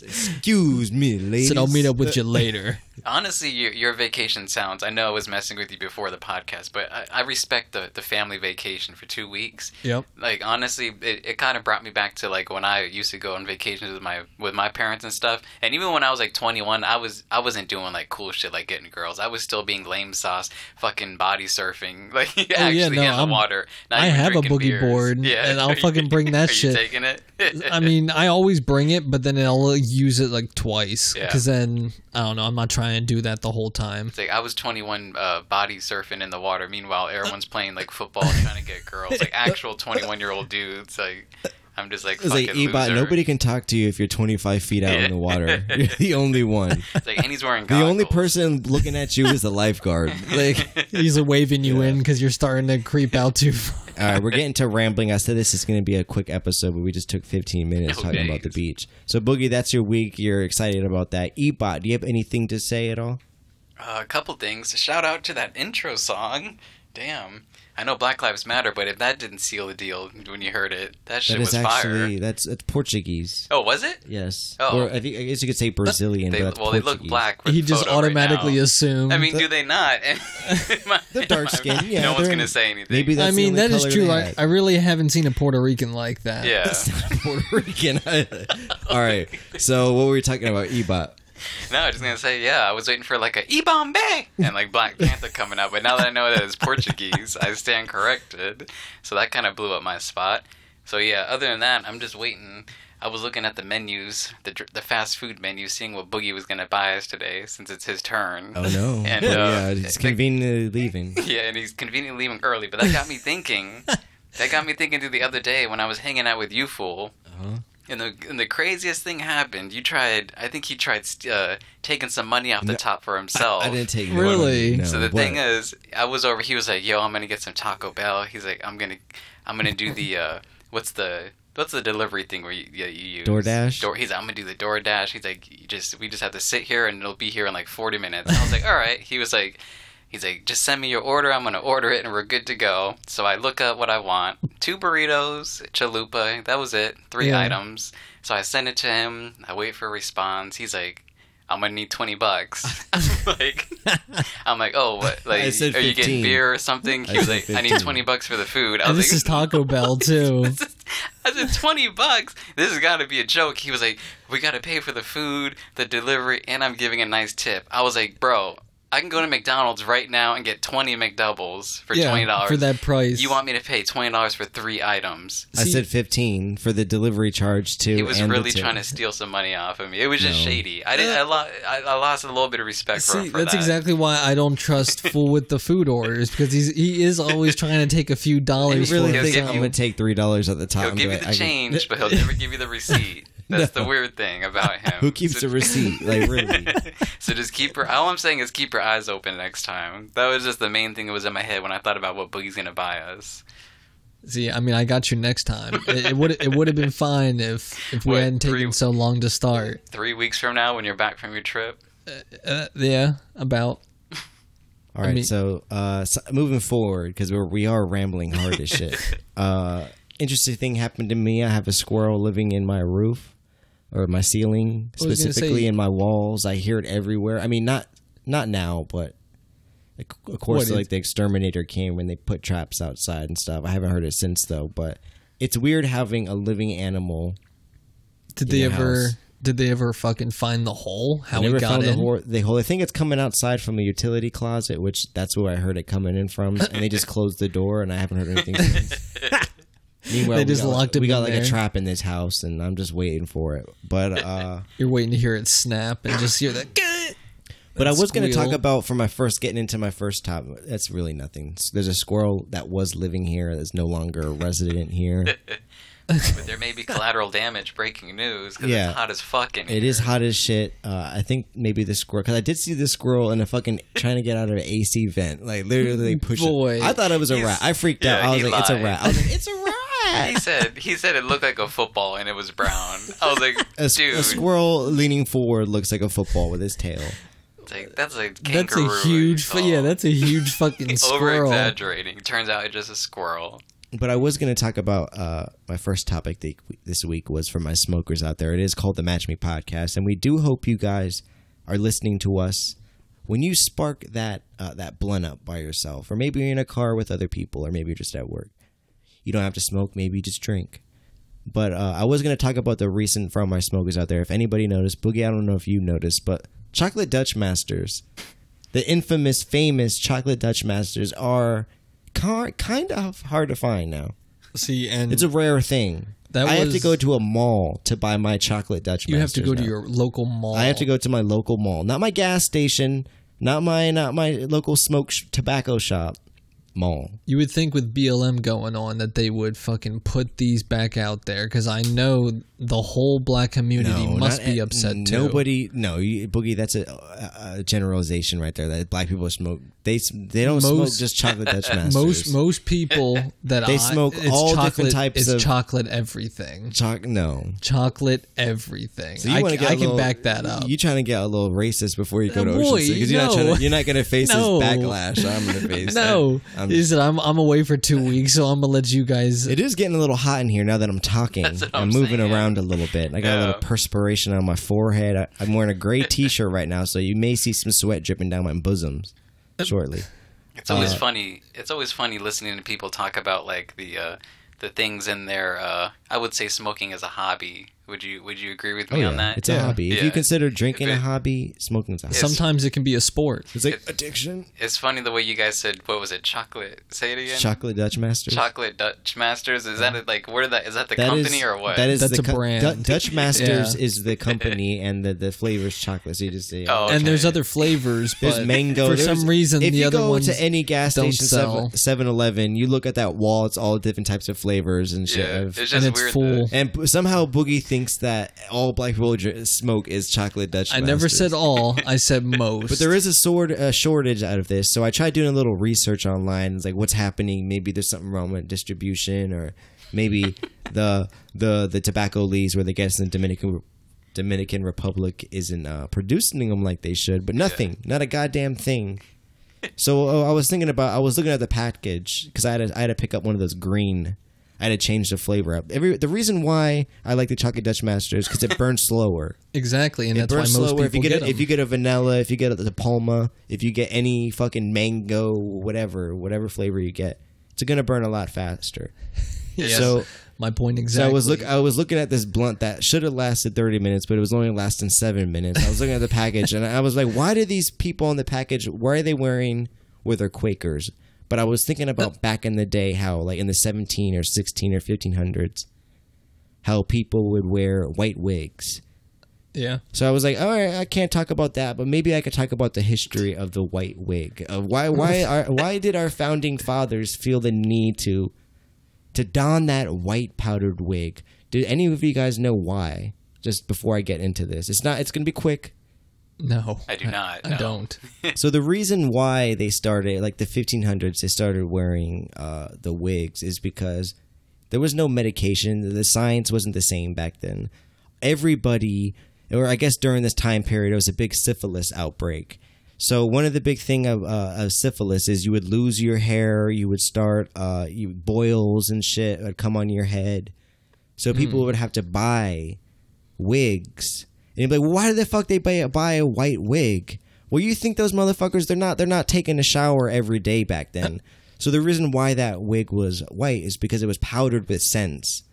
[SPEAKER 1] Excuse me, ladies.
[SPEAKER 4] Said I'll meet up with
[SPEAKER 1] *laughs*
[SPEAKER 4] you later.
[SPEAKER 3] Honestly, your, your vacation sounds. I know I was messing with you before the podcast, but I, I respect the, the family vacation for two weeks.
[SPEAKER 4] Yep.
[SPEAKER 3] Like honestly, it, it kind of brought me back to like when I used to go on vacations with my with my parents and stuff. And even when I was like 21, I was I wasn't doing like cool shit like getting girls. I was still being lame sauce, fucking body surfing, *laughs* like actually
[SPEAKER 4] Oh, no,
[SPEAKER 3] in the
[SPEAKER 4] I'm-
[SPEAKER 3] water. not
[SPEAKER 4] I
[SPEAKER 3] even
[SPEAKER 4] have a
[SPEAKER 3] drinking
[SPEAKER 4] boogie
[SPEAKER 3] beers.
[SPEAKER 4] board, and I'll
[SPEAKER 3] *laughs* Are you-
[SPEAKER 4] fucking bring that
[SPEAKER 3] are
[SPEAKER 4] shit.
[SPEAKER 3] You taking it?
[SPEAKER 4] I mean, I always bring it, but then I'll use it like twice
[SPEAKER 3] Yeah.
[SPEAKER 4] because then I don't know. I'm not trying to do that the whole
[SPEAKER 3] *laughs*
[SPEAKER 4] time.
[SPEAKER 3] It's like I was 21, uh, body surfing in the water. Meanwhile, everyone's playing
[SPEAKER 1] *laughs*
[SPEAKER 3] like football, and trying to get girls, like actual 21 year old dudes. Like I'm just like
[SPEAKER 1] It's
[SPEAKER 3] fucking
[SPEAKER 1] like, Ebot,
[SPEAKER 3] loser.
[SPEAKER 1] nobody can talk to you if you're 25 feet out in the
[SPEAKER 3] *laughs*
[SPEAKER 1] water. You're the only one.
[SPEAKER 3] It's like, and he's wearing
[SPEAKER 1] *laughs* The
[SPEAKER 3] goggles.
[SPEAKER 1] only person looking at you is the lifeguard. Like,
[SPEAKER 4] He's waving you in because you're starting to creep out
[SPEAKER 3] *laughs*
[SPEAKER 4] too far.
[SPEAKER 1] all right, we're getting to rambling. I said this is going to be a quick episode, but we just took 15 minutes
[SPEAKER 3] No
[SPEAKER 1] talking about
[SPEAKER 3] days.
[SPEAKER 1] the beach. So, Boogie, that's your week. You're excited about that. Ebot, do you have anything to say at all?
[SPEAKER 3] Uh, a couple things. Shout out to that intro song. Damn. I know Black Lives Matter, but if that didn't seal the deal when you heard it, that shit
[SPEAKER 1] That is
[SPEAKER 3] was
[SPEAKER 1] actually
[SPEAKER 3] fire.
[SPEAKER 1] that's it's Portuguese.
[SPEAKER 3] Oh, was it?
[SPEAKER 1] Yes,
[SPEAKER 3] Oh.
[SPEAKER 1] or I, think, I guess you could say Brazilian.
[SPEAKER 3] They,
[SPEAKER 1] but that's
[SPEAKER 3] well, they look
[SPEAKER 1] Portuguese. *laughs*
[SPEAKER 3] black. With
[SPEAKER 4] He
[SPEAKER 3] the
[SPEAKER 4] just
[SPEAKER 3] photo right
[SPEAKER 4] automatically
[SPEAKER 3] now.
[SPEAKER 4] assumed.
[SPEAKER 3] I mean, do they not? *laughs*
[SPEAKER 1] *laughs* They're dark skinned. Yeah,
[SPEAKER 3] no one's
[SPEAKER 1] they're-
[SPEAKER 3] gonna say anything.
[SPEAKER 1] Maybe that's
[SPEAKER 4] I mean,
[SPEAKER 1] the
[SPEAKER 4] that
[SPEAKER 1] only
[SPEAKER 4] is
[SPEAKER 1] color
[SPEAKER 4] true.
[SPEAKER 1] they
[SPEAKER 4] I,
[SPEAKER 1] had.
[SPEAKER 4] I really haven't seen a Puerto Rican like that.
[SPEAKER 3] yeah.
[SPEAKER 1] Puerto Rican. *laughs* all right. So what were we talking about? Ebot.
[SPEAKER 3] *laughs* No, I was just gonna say, yeah, I was waiting for like a E Bombay and like Black Panther coming out, but now that I know that it's Portuguese, I stand corrected. So that kind of blew up my spot. So yeah, other than that, I'm just waiting. I was looking at the menus, the dr- the fast food menu, seeing what Boogie was gonna buy us today, since it's his turn.
[SPEAKER 1] Oh no.
[SPEAKER 3] *laughs* And,
[SPEAKER 1] Oh,
[SPEAKER 3] uh,
[SPEAKER 1] yeah, he's conveniently leaving.
[SPEAKER 3] *laughs* Yeah, and he's conveniently leaving early, but that got me
[SPEAKER 1] *laughs*
[SPEAKER 3] thinking. that got me thinking to the other day when I was hanging out with you, fool.
[SPEAKER 1] Uh-huh.
[SPEAKER 3] And the and the craziest thing happened. You tried. I think he tried uh, taking some money off the top for himself.
[SPEAKER 1] I didn't take
[SPEAKER 4] Really?
[SPEAKER 1] No,
[SPEAKER 3] so the
[SPEAKER 1] what?
[SPEAKER 3] thing is, I was over. He was like, "Yo, I'm gonna get some Taco Bell." He's like, "I'm gonna, I'm gonna do the uh, what's the." What's the delivery thing where you, yeah, you use
[SPEAKER 1] DoorDash?
[SPEAKER 3] Door, he's like, I'm gonna do the DoorDash. He's like, you just we just have to sit here and it'll be here in like 40 minutes. I was like, all right. He was like, He's like, just send me your order. I'm going to order it and we're good to go. So I look up what I want two burritos, chalupa. That was it. Three
[SPEAKER 4] Yeah.
[SPEAKER 3] items. So I send it to him. I wait for a response. He's like, I'm going to need
[SPEAKER 4] *laughs*
[SPEAKER 3] 20 bucks. *laughs* I'm like, I'm like, oh, what? Like,
[SPEAKER 1] I said
[SPEAKER 3] are you
[SPEAKER 1] 15.
[SPEAKER 3] getting beer or something? He
[SPEAKER 1] I
[SPEAKER 3] was
[SPEAKER 1] said
[SPEAKER 3] like, I need
[SPEAKER 1] 15.
[SPEAKER 3] 20 bucks for the food.
[SPEAKER 4] *laughs*
[SPEAKER 3] I
[SPEAKER 4] And
[SPEAKER 3] was
[SPEAKER 4] this
[SPEAKER 3] like,
[SPEAKER 4] is Taco Bell
[SPEAKER 3] *laughs*
[SPEAKER 4] too.
[SPEAKER 3] I said twenty bucks. This has got to be a joke. He was like, "We got to pay for the food, the delivery, and I'm giving a nice tip." I was like, "Bro, I can go to McDonald's right now and get twenty McDoubles for
[SPEAKER 4] Yeah,
[SPEAKER 3] twenty dollars
[SPEAKER 4] for that price.
[SPEAKER 3] You want me to pay twenty dollars for three items?"
[SPEAKER 1] I
[SPEAKER 4] See-
[SPEAKER 1] said 15 for the delivery charge too.
[SPEAKER 3] He was
[SPEAKER 1] and the
[SPEAKER 3] really
[SPEAKER 1] tip.
[SPEAKER 3] trying to steal some money off of me. It was just
[SPEAKER 1] No.
[SPEAKER 3] shady. I did. I, lo- I, I lost a little bit of respect for
[SPEAKER 4] Uh, See,
[SPEAKER 3] him for
[SPEAKER 4] that's
[SPEAKER 3] that.
[SPEAKER 4] exactly why I don't trust Fool with the food orders because he's he is always trying to take a
[SPEAKER 3] *laughs*
[SPEAKER 4] few
[SPEAKER 1] I
[SPEAKER 4] dollars.
[SPEAKER 1] really
[SPEAKER 4] for
[SPEAKER 3] He'll
[SPEAKER 1] think
[SPEAKER 3] give
[SPEAKER 1] I'm
[SPEAKER 3] you-
[SPEAKER 1] gonna take three dollars at the top.
[SPEAKER 3] He'll
[SPEAKER 1] and
[SPEAKER 3] give
[SPEAKER 1] be
[SPEAKER 3] you
[SPEAKER 1] like,
[SPEAKER 3] the
[SPEAKER 1] I can-
[SPEAKER 3] change, but he'll never give you the receipt.
[SPEAKER 1] *laughs*
[SPEAKER 3] That's the weird thing about him.
[SPEAKER 1] Who keeps the receipt? Like really?
[SPEAKER 3] so just keep her. All I'm saying is keep your eyes open next time. That was just the main thing that was in my head when I thought about what Boogie's gonna buy us.
[SPEAKER 4] See, I mean, I got you next time. It, it would it would have been fine if if we
[SPEAKER 3] What,
[SPEAKER 4] hadn't taken
[SPEAKER 3] three-
[SPEAKER 4] so long to start.
[SPEAKER 3] Three weeks from now, when you're back from your trip,
[SPEAKER 4] Uh, yeah, about
[SPEAKER 1] All right.
[SPEAKER 4] mean-
[SPEAKER 1] so, uh, so moving forward because we're we are rambling hard as shit. Uh, interesting thing happened to me. I have a squirrel living in my roof or my ceiling,
[SPEAKER 4] I was gonna
[SPEAKER 1] specifically
[SPEAKER 4] say-
[SPEAKER 1] in my walls. I hear it everywhere. I mean, not not now, but like, of
[SPEAKER 4] What
[SPEAKER 1] course,
[SPEAKER 4] is-
[SPEAKER 1] like the exterminator came when they put traps outside and stuff. I haven't heard it since though, but. It's weird having a living animal.
[SPEAKER 4] did
[SPEAKER 1] In
[SPEAKER 4] they
[SPEAKER 1] the
[SPEAKER 4] ever
[SPEAKER 1] house.
[SPEAKER 4] did they ever fucking find the hole? How
[SPEAKER 1] I
[SPEAKER 4] we
[SPEAKER 1] never
[SPEAKER 4] got
[SPEAKER 1] found
[SPEAKER 4] in?
[SPEAKER 1] the whole, the whole. I think it's coming outside from a utility closet, which that's where I heard it coming in from. And
[SPEAKER 4] *laughs*
[SPEAKER 1] they just closed the door, and I haven't heard anything since. Meanwhile,
[SPEAKER 4] They
[SPEAKER 1] we
[SPEAKER 4] just
[SPEAKER 1] got,
[SPEAKER 4] locked him
[SPEAKER 1] We got
[SPEAKER 4] in
[SPEAKER 1] like
[SPEAKER 4] there.
[SPEAKER 1] a trap in this house, and I'm just waiting for it. But
[SPEAKER 4] *laughs*
[SPEAKER 1] uh,
[SPEAKER 4] You're waiting to hear it snap and just hear
[SPEAKER 3] *laughs*
[SPEAKER 4] that. "Gah!"
[SPEAKER 1] but I
[SPEAKER 4] That
[SPEAKER 1] was going to talk
[SPEAKER 4] squeal.
[SPEAKER 1] about for my first getting into my first top. That's really nothing. There's a squirrel that was living here that's no longer a resident
[SPEAKER 4] *laughs*
[SPEAKER 1] here.
[SPEAKER 3] but
[SPEAKER 1] *laughs*
[SPEAKER 3] there may be collateral damage. Breaking news because
[SPEAKER 1] Yeah.
[SPEAKER 3] it's hot as fucking.
[SPEAKER 1] It is hot as shit. Uh, I think maybe the squirrel because I did see the squirrel in a
[SPEAKER 3] *laughs*
[SPEAKER 1] fucking trying to get out of an AC vent, like literally pushing.
[SPEAKER 4] Boy.
[SPEAKER 1] I thought it was a
[SPEAKER 3] He's-
[SPEAKER 1] rat. I freaked
[SPEAKER 3] yeah,
[SPEAKER 1] out. I
[SPEAKER 3] he
[SPEAKER 1] was like, it's a
[SPEAKER 3] lied. *laughs*
[SPEAKER 1] rat. I was like, it's a that?
[SPEAKER 3] He said he said it looked like a football and it was brown. I was like,
[SPEAKER 1] *laughs* A, s-
[SPEAKER 3] dude,
[SPEAKER 1] a squirrel leaning forward looks like a football with his tail.
[SPEAKER 3] it's like, that's a
[SPEAKER 4] That's
[SPEAKER 3] kangaroo. Oh.
[SPEAKER 4] a huge.
[SPEAKER 3] it's
[SPEAKER 4] fu- yeah,
[SPEAKER 3] all
[SPEAKER 4] that's a
[SPEAKER 3] *laughs*
[SPEAKER 4] huge fucking squirrel.
[SPEAKER 3] over-exaggerating. Turns out it's just a squirrel.
[SPEAKER 1] But I was going to talk about uh, my first topic the, this week was for my smokers out there. It is called the Match Me Podcast, and we do hope you guys are listening to us when you spark that uh, that blunt up by yourself, or maybe you're in a car with other people, or maybe you're just at work. You don't have to smoke. Maybe you just drink. But uh, I was going to talk about the recent from my smokers out there. If anybody noticed, Boogie, I don't know if you noticed, but Chocolate Dutch Masters, the infamous, famous Chocolate Dutch Masters, are kind of hard to find now.
[SPEAKER 4] See, and
[SPEAKER 1] It's a rare thing.
[SPEAKER 4] That
[SPEAKER 1] I have to
[SPEAKER 4] was-
[SPEAKER 1] go to a mall to buy my chocolate Dutch.
[SPEAKER 4] you have to
[SPEAKER 1] Masters
[SPEAKER 4] go to
[SPEAKER 1] now.
[SPEAKER 4] your local mall.
[SPEAKER 1] I have to go to my local mall, not my gas station, not my not my local smoke sh- tobacco shop mall.
[SPEAKER 4] You would think with BLM going on that they would fucking put these back out there because I know the whole black community must
[SPEAKER 1] not
[SPEAKER 4] be
[SPEAKER 1] a-
[SPEAKER 4] upset too.
[SPEAKER 1] Nobody, no, you, Boogie. That's a, a, a generalization right there. That black people smoke. They s- they don't smoke
[SPEAKER 4] Most-
[SPEAKER 1] just chocolate Dutch Masters.
[SPEAKER 4] *laughs* most most
[SPEAKER 3] *laughs*
[SPEAKER 4] people that
[SPEAKER 1] They
[SPEAKER 4] I,
[SPEAKER 1] smoke
[SPEAKER 4] it's
[SPEAKER 1] all different
[SPEAKER 4] chocolate,
[SPEAKER 1] types
[SPEAKER 4] it's
[SPEAKER 1] of-
[SPEAKER 4] chocolate everything,
[SPEAKER 1] Choc- no.
[SPEAKER 4] chocolate everything.
[SPEAKER 1] So you
[SPEAKER 4] I,
[SPEAKER 1] want to
[SPEAKER 4] can-
[SPEAKER 1] get?
[SPEAKER 4] I
[SPEAKER 1] a
[SPEAKER 4] can
[SPEAKER 1] little-
[SPEAKER 4] back that up.
[SPEAKER 3] *laughs*
[SPEAKER 1] You trying to get a little racist before you go to
[SPEAKER 4] Uh,
[SPEAKER 1] Ocean
[SPEAKER 4] boy,
[SPEAKER 1] City because you're not
[SPEAKER 4] no.
[SPEAKER 1] trying to, you're not going to face
[SPEAKER 4] No.
[SPEAKER 1] this backlash. I'm
[SPEAKER 4] *laughs*
[SPEAKER 1] going to face.
[SPEAKER 4] no,
[SPEAKER 1] that. I'm-
[SPEAKER 4] he said, I'm I'm away for two weeks, so I'm gonna let you guys.
[SPEAKER 1] It is getting a little hot in here now that I'm talking.
[SPEAKER 3] That's what
[SPEAKER 1] I'm,
[SPEAKER 3] I'm
[SPEAKER 1] moving
[SPEAKER 3] saying.
[SPEAKER 1] around a little bit. I got a little
[SPEAKER 3] Yeah.
[SPEAKER 1] perspiration on my forehead. I, I'm wearing a
[SPEAKER 3] *laughs*
[SPEAKER 1] gray t-shirt right now, so you may see some sweat dripping down my bosoms shortly.
[SPEAKER 3] It's always
[SPEAKER 1] Uh,
[SPEAKER 3] funny. It's always funny listening to people talk about like the uh, the things in their. Uh, I would say smoking is a hobby. Would you Would you agree with me on that?
[SPEAKER 1] Oh, It's a
[SPEAKER 4] Yeah.
[SPEAKER 1] hobby. If you
[SPEAKER 3] Yeah.
[SPEAKER 1] consider drinking a
[SPEAKER 3] If it-
[SPEAKER 1] hobby, smoking's a hobby.
[SPEAKER 4] Sometimes it can be a sport.
[SPEAKER 1] it's like addiction.
[SPEAKER 3] It's funny the way you guys said. What was it? Chocolate. Say it again.
[SPEAKER 1] Chocolate Dutch Master.
[SPEAKER 3] Chocolate Dutch Masters. Is that like where that is that the
[SPEAKER 1] That is-
[SPEAKER 3] company or what?
[SPEAKER 1] That is
[SPEAKER 4] That's
[SPEAKER 1] the
[SPEAKER 4] a brand.
[SPEAKER 1] Du-
[SPEAKER 4] *laughs*
[SPEAKER 1] Dutch Masters
[SPEAKER 4] Yeah.
[SPEAKER 1] is the company, and the, the flavors chocolate. So you just say,
[SPEAKER 3] Oh,
[SPEAKER 4] And there's
[SPEAKER 3] Okay.
[SPEAKER 4] other flavors, but
[SPEAKER 1] There's mango.
[SPEAKER 4] for
[SPEAKER 1] There's-
[SPEAKER 4] some reason
[SPEAKER 1] if
[SPEAKER 4] the
[SPEAKER 1] you
[SPEAKER 4] other
[SPEAKER 1] go
[SPEAKER 4] ones
[SPEAKER 1] to any gas
[SPEAKER 4] don't
[SPEAKER 1] station,
[SPEAKER 4] sell.
[SPEAKER 1] 7 Eleven, you look at that wall. It's all different types of flavors and shit.
[SPEAKER 3] yeah, it's just
[SPEAKER 4] and it's
[SPEAKER 3] weird.
[SPEAKER 4] full.
[SPEAKER 3] that-
[SPEAKER 1] and b- somehow Boogie thinks that all black people dr- smoke is chocolate Dutch.
[SPEAKER 4] I never
[SPEAKER 1] Masters.
[SPEAKER 4] said all.
[SPEAKER 3] *laughs*
[SPEAKER 4] I said most.
[SPEAKER 1] But there is a sword a shortage out of this, so I tried doing a little research online. It's like what's happening. Maybe there's something wrong with distribution, or maybe the the the tobacco leaves where they get us in the Dominican Dominican Republic isn't uh, producing them like they should. But nothing, not a goddamn thing. So uh, I was thinking about I was looking at the package because I had to, I had to pick up one of those green. I had to change the flavor up. Every the reason why I like the chocolate Dutch Masters because it burns *laughs* slower.
[SPEAKER 4] exactly, and
[SPEAKER 1] It
[SPEAKER 4] that's why
[SPEAKER 1] burns
[SPEAKER 4] most people
[SPEAKER 1] slower if you get,
[SPEAKER 4] get
[SPEAKER 1] a,
[SPEAKER 4] them.
[SPEAKER 1] if you get a vanilla, if you get a, the palma, if you get any fucking mango, whatever, whatever flavor you get, it's gonna burn a lot faster.
[SPEAKER 4] Yes.
[SPEAKER 1] So
[SPEAKER 4] my point
[SPEAKER 1] so
[SPEAKER 4] exactly.
[SPEAKER 1] I was look I was looking at this blunt that should have lasted thirty minutes, but it was only lasting seven minutes. I was looking at the package and I was like, why do these people on the package? Why are they wearing where they're Quakers? But I was thinking
[SPEAKER 4] Uh,
[SPEAKER 1] about back in the day how like in the seventeen or sixteen or fifteen hundreds, how people would wear white wigs.
[SPEAKER 4] yeah.
[SPEAKER 1] So I was like, all right, I can't talk about that, but maybe I could talk about the history of the white wig. Of why why are, why did our founding fathers feel the need to to don that white powdered wig? Did any of you guys know why? Just before I get into this, it's not. It's gonna be quick.
[SPEAKER 4] No,
[SPEAKER 3] I do not,
[SPEAKER 4] *laughs* I,
[SPEAKER 3] no.
[SPEAKER 4] don't.
[SPEAKER 1] So the reason why they started, like the 1500s, they started wearing uh, the wigs is because there was no medication. The science wasn't the same back then. Everybody, or I guess during this time period, it was a big syphilis outbreak. So one of the big thing of, uh, of syphilis is you would lose your hair, you would start uh, you, boils and shit would come on your head. So people would have to buy wigs. And you'd be like, well, why do the fuck they buy, buy a white wig? Well, you think those motherfuckers they're not they're not taking a shower every day back then. so the reason why that wig was white is because it was powdered with scents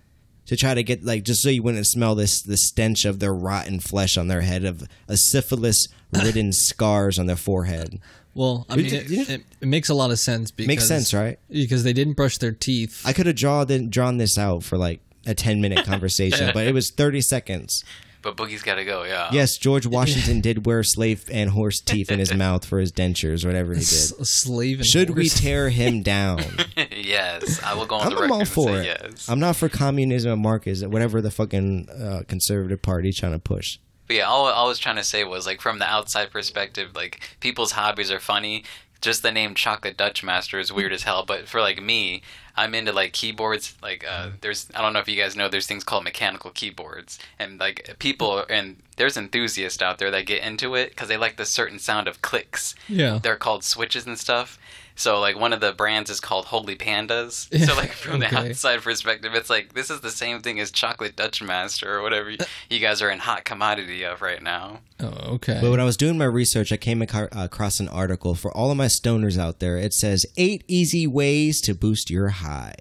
[SPEAKER 1] to try to get like just so you wouldn't smell this the stench of their rotten flesh on their head of a syphilis ridden scars on their forehead.
[SPEAKER 4] Well, I mean, it, it, it makes a lot of sense because
[SPEAKER 1] Makes sense, right?
[SPEAKER 4] Because they didn't brush their teeth.
[SPEAKER 1] I could have drawn th- drawn this out for like a 10 minute conversation, but it was 30 seconds.
[SPEAKER 3] But Boogie's got to go. Yeah.
[SPEAKER 1] Yes, George Washington did wear slave and horse teeth in his mouth for his dentures, whatever
[SPEAKER 3] *laughs*
[SPEAKER 1] he did.
[SPEAKER 4] S- slave. And
[SPEAKER 1] Should we
[SPEAKER 4] horse.
[SPEAKER 1] tear him down?
[SPEAKER 3] *laughs* yes. I will go on
[SPEAKER 1] I'm,
[SPEAKER 3] the record
[SPEAKER 1] I'm all
[SPEAKER 3] and
[SPEAKER 1] for
[SPEAKER 3] say
[SPEAKER 1] it.
[SPEAKER 3] yes.
[SPEAKER 1] I'm not for communism and Marxism, whatever the fucking uh, conservative party trying to push.
[SPEAKER 3] But yeah, all, all I was trying to say was like from the outside perspective, like people's hobbies are funny just the name Chocolate Dutch Master is weird as hell. But for like me, I'm into like keyboards. Like uh, there's, I don't know if you guys know, there's things called mechanical keyboards, and like people and there's enthusiasts out there that get into it because they like the certain sound of clicks.
[SPEAKER 4] *laughs* Yeah.
[SPEAKER 3] They're called switches and stuff. So like one of the brands is called Holy Pandas. *laughs*
[SPEAKER 4] Yeah,
[SPEAKER 3] So like
[SPEAKER 1] *laughs*
[SPEAKER 3] from the
[SPEAKER 4] okay.
[SPEAKER 3] outside perspective, it's like this is the same thing as Chocolate Dutch Master or
[SPEAKER 1] *laughs*
[SPEAKER 3] whatever you- you guys are in hot commodity of right now.
[SPEAKER 4] Oh, okay.
[SPEAKER 1] But when I was doing my research, I came aco- across an article for all of my stoners out there. It says eight easy ways to boost your high.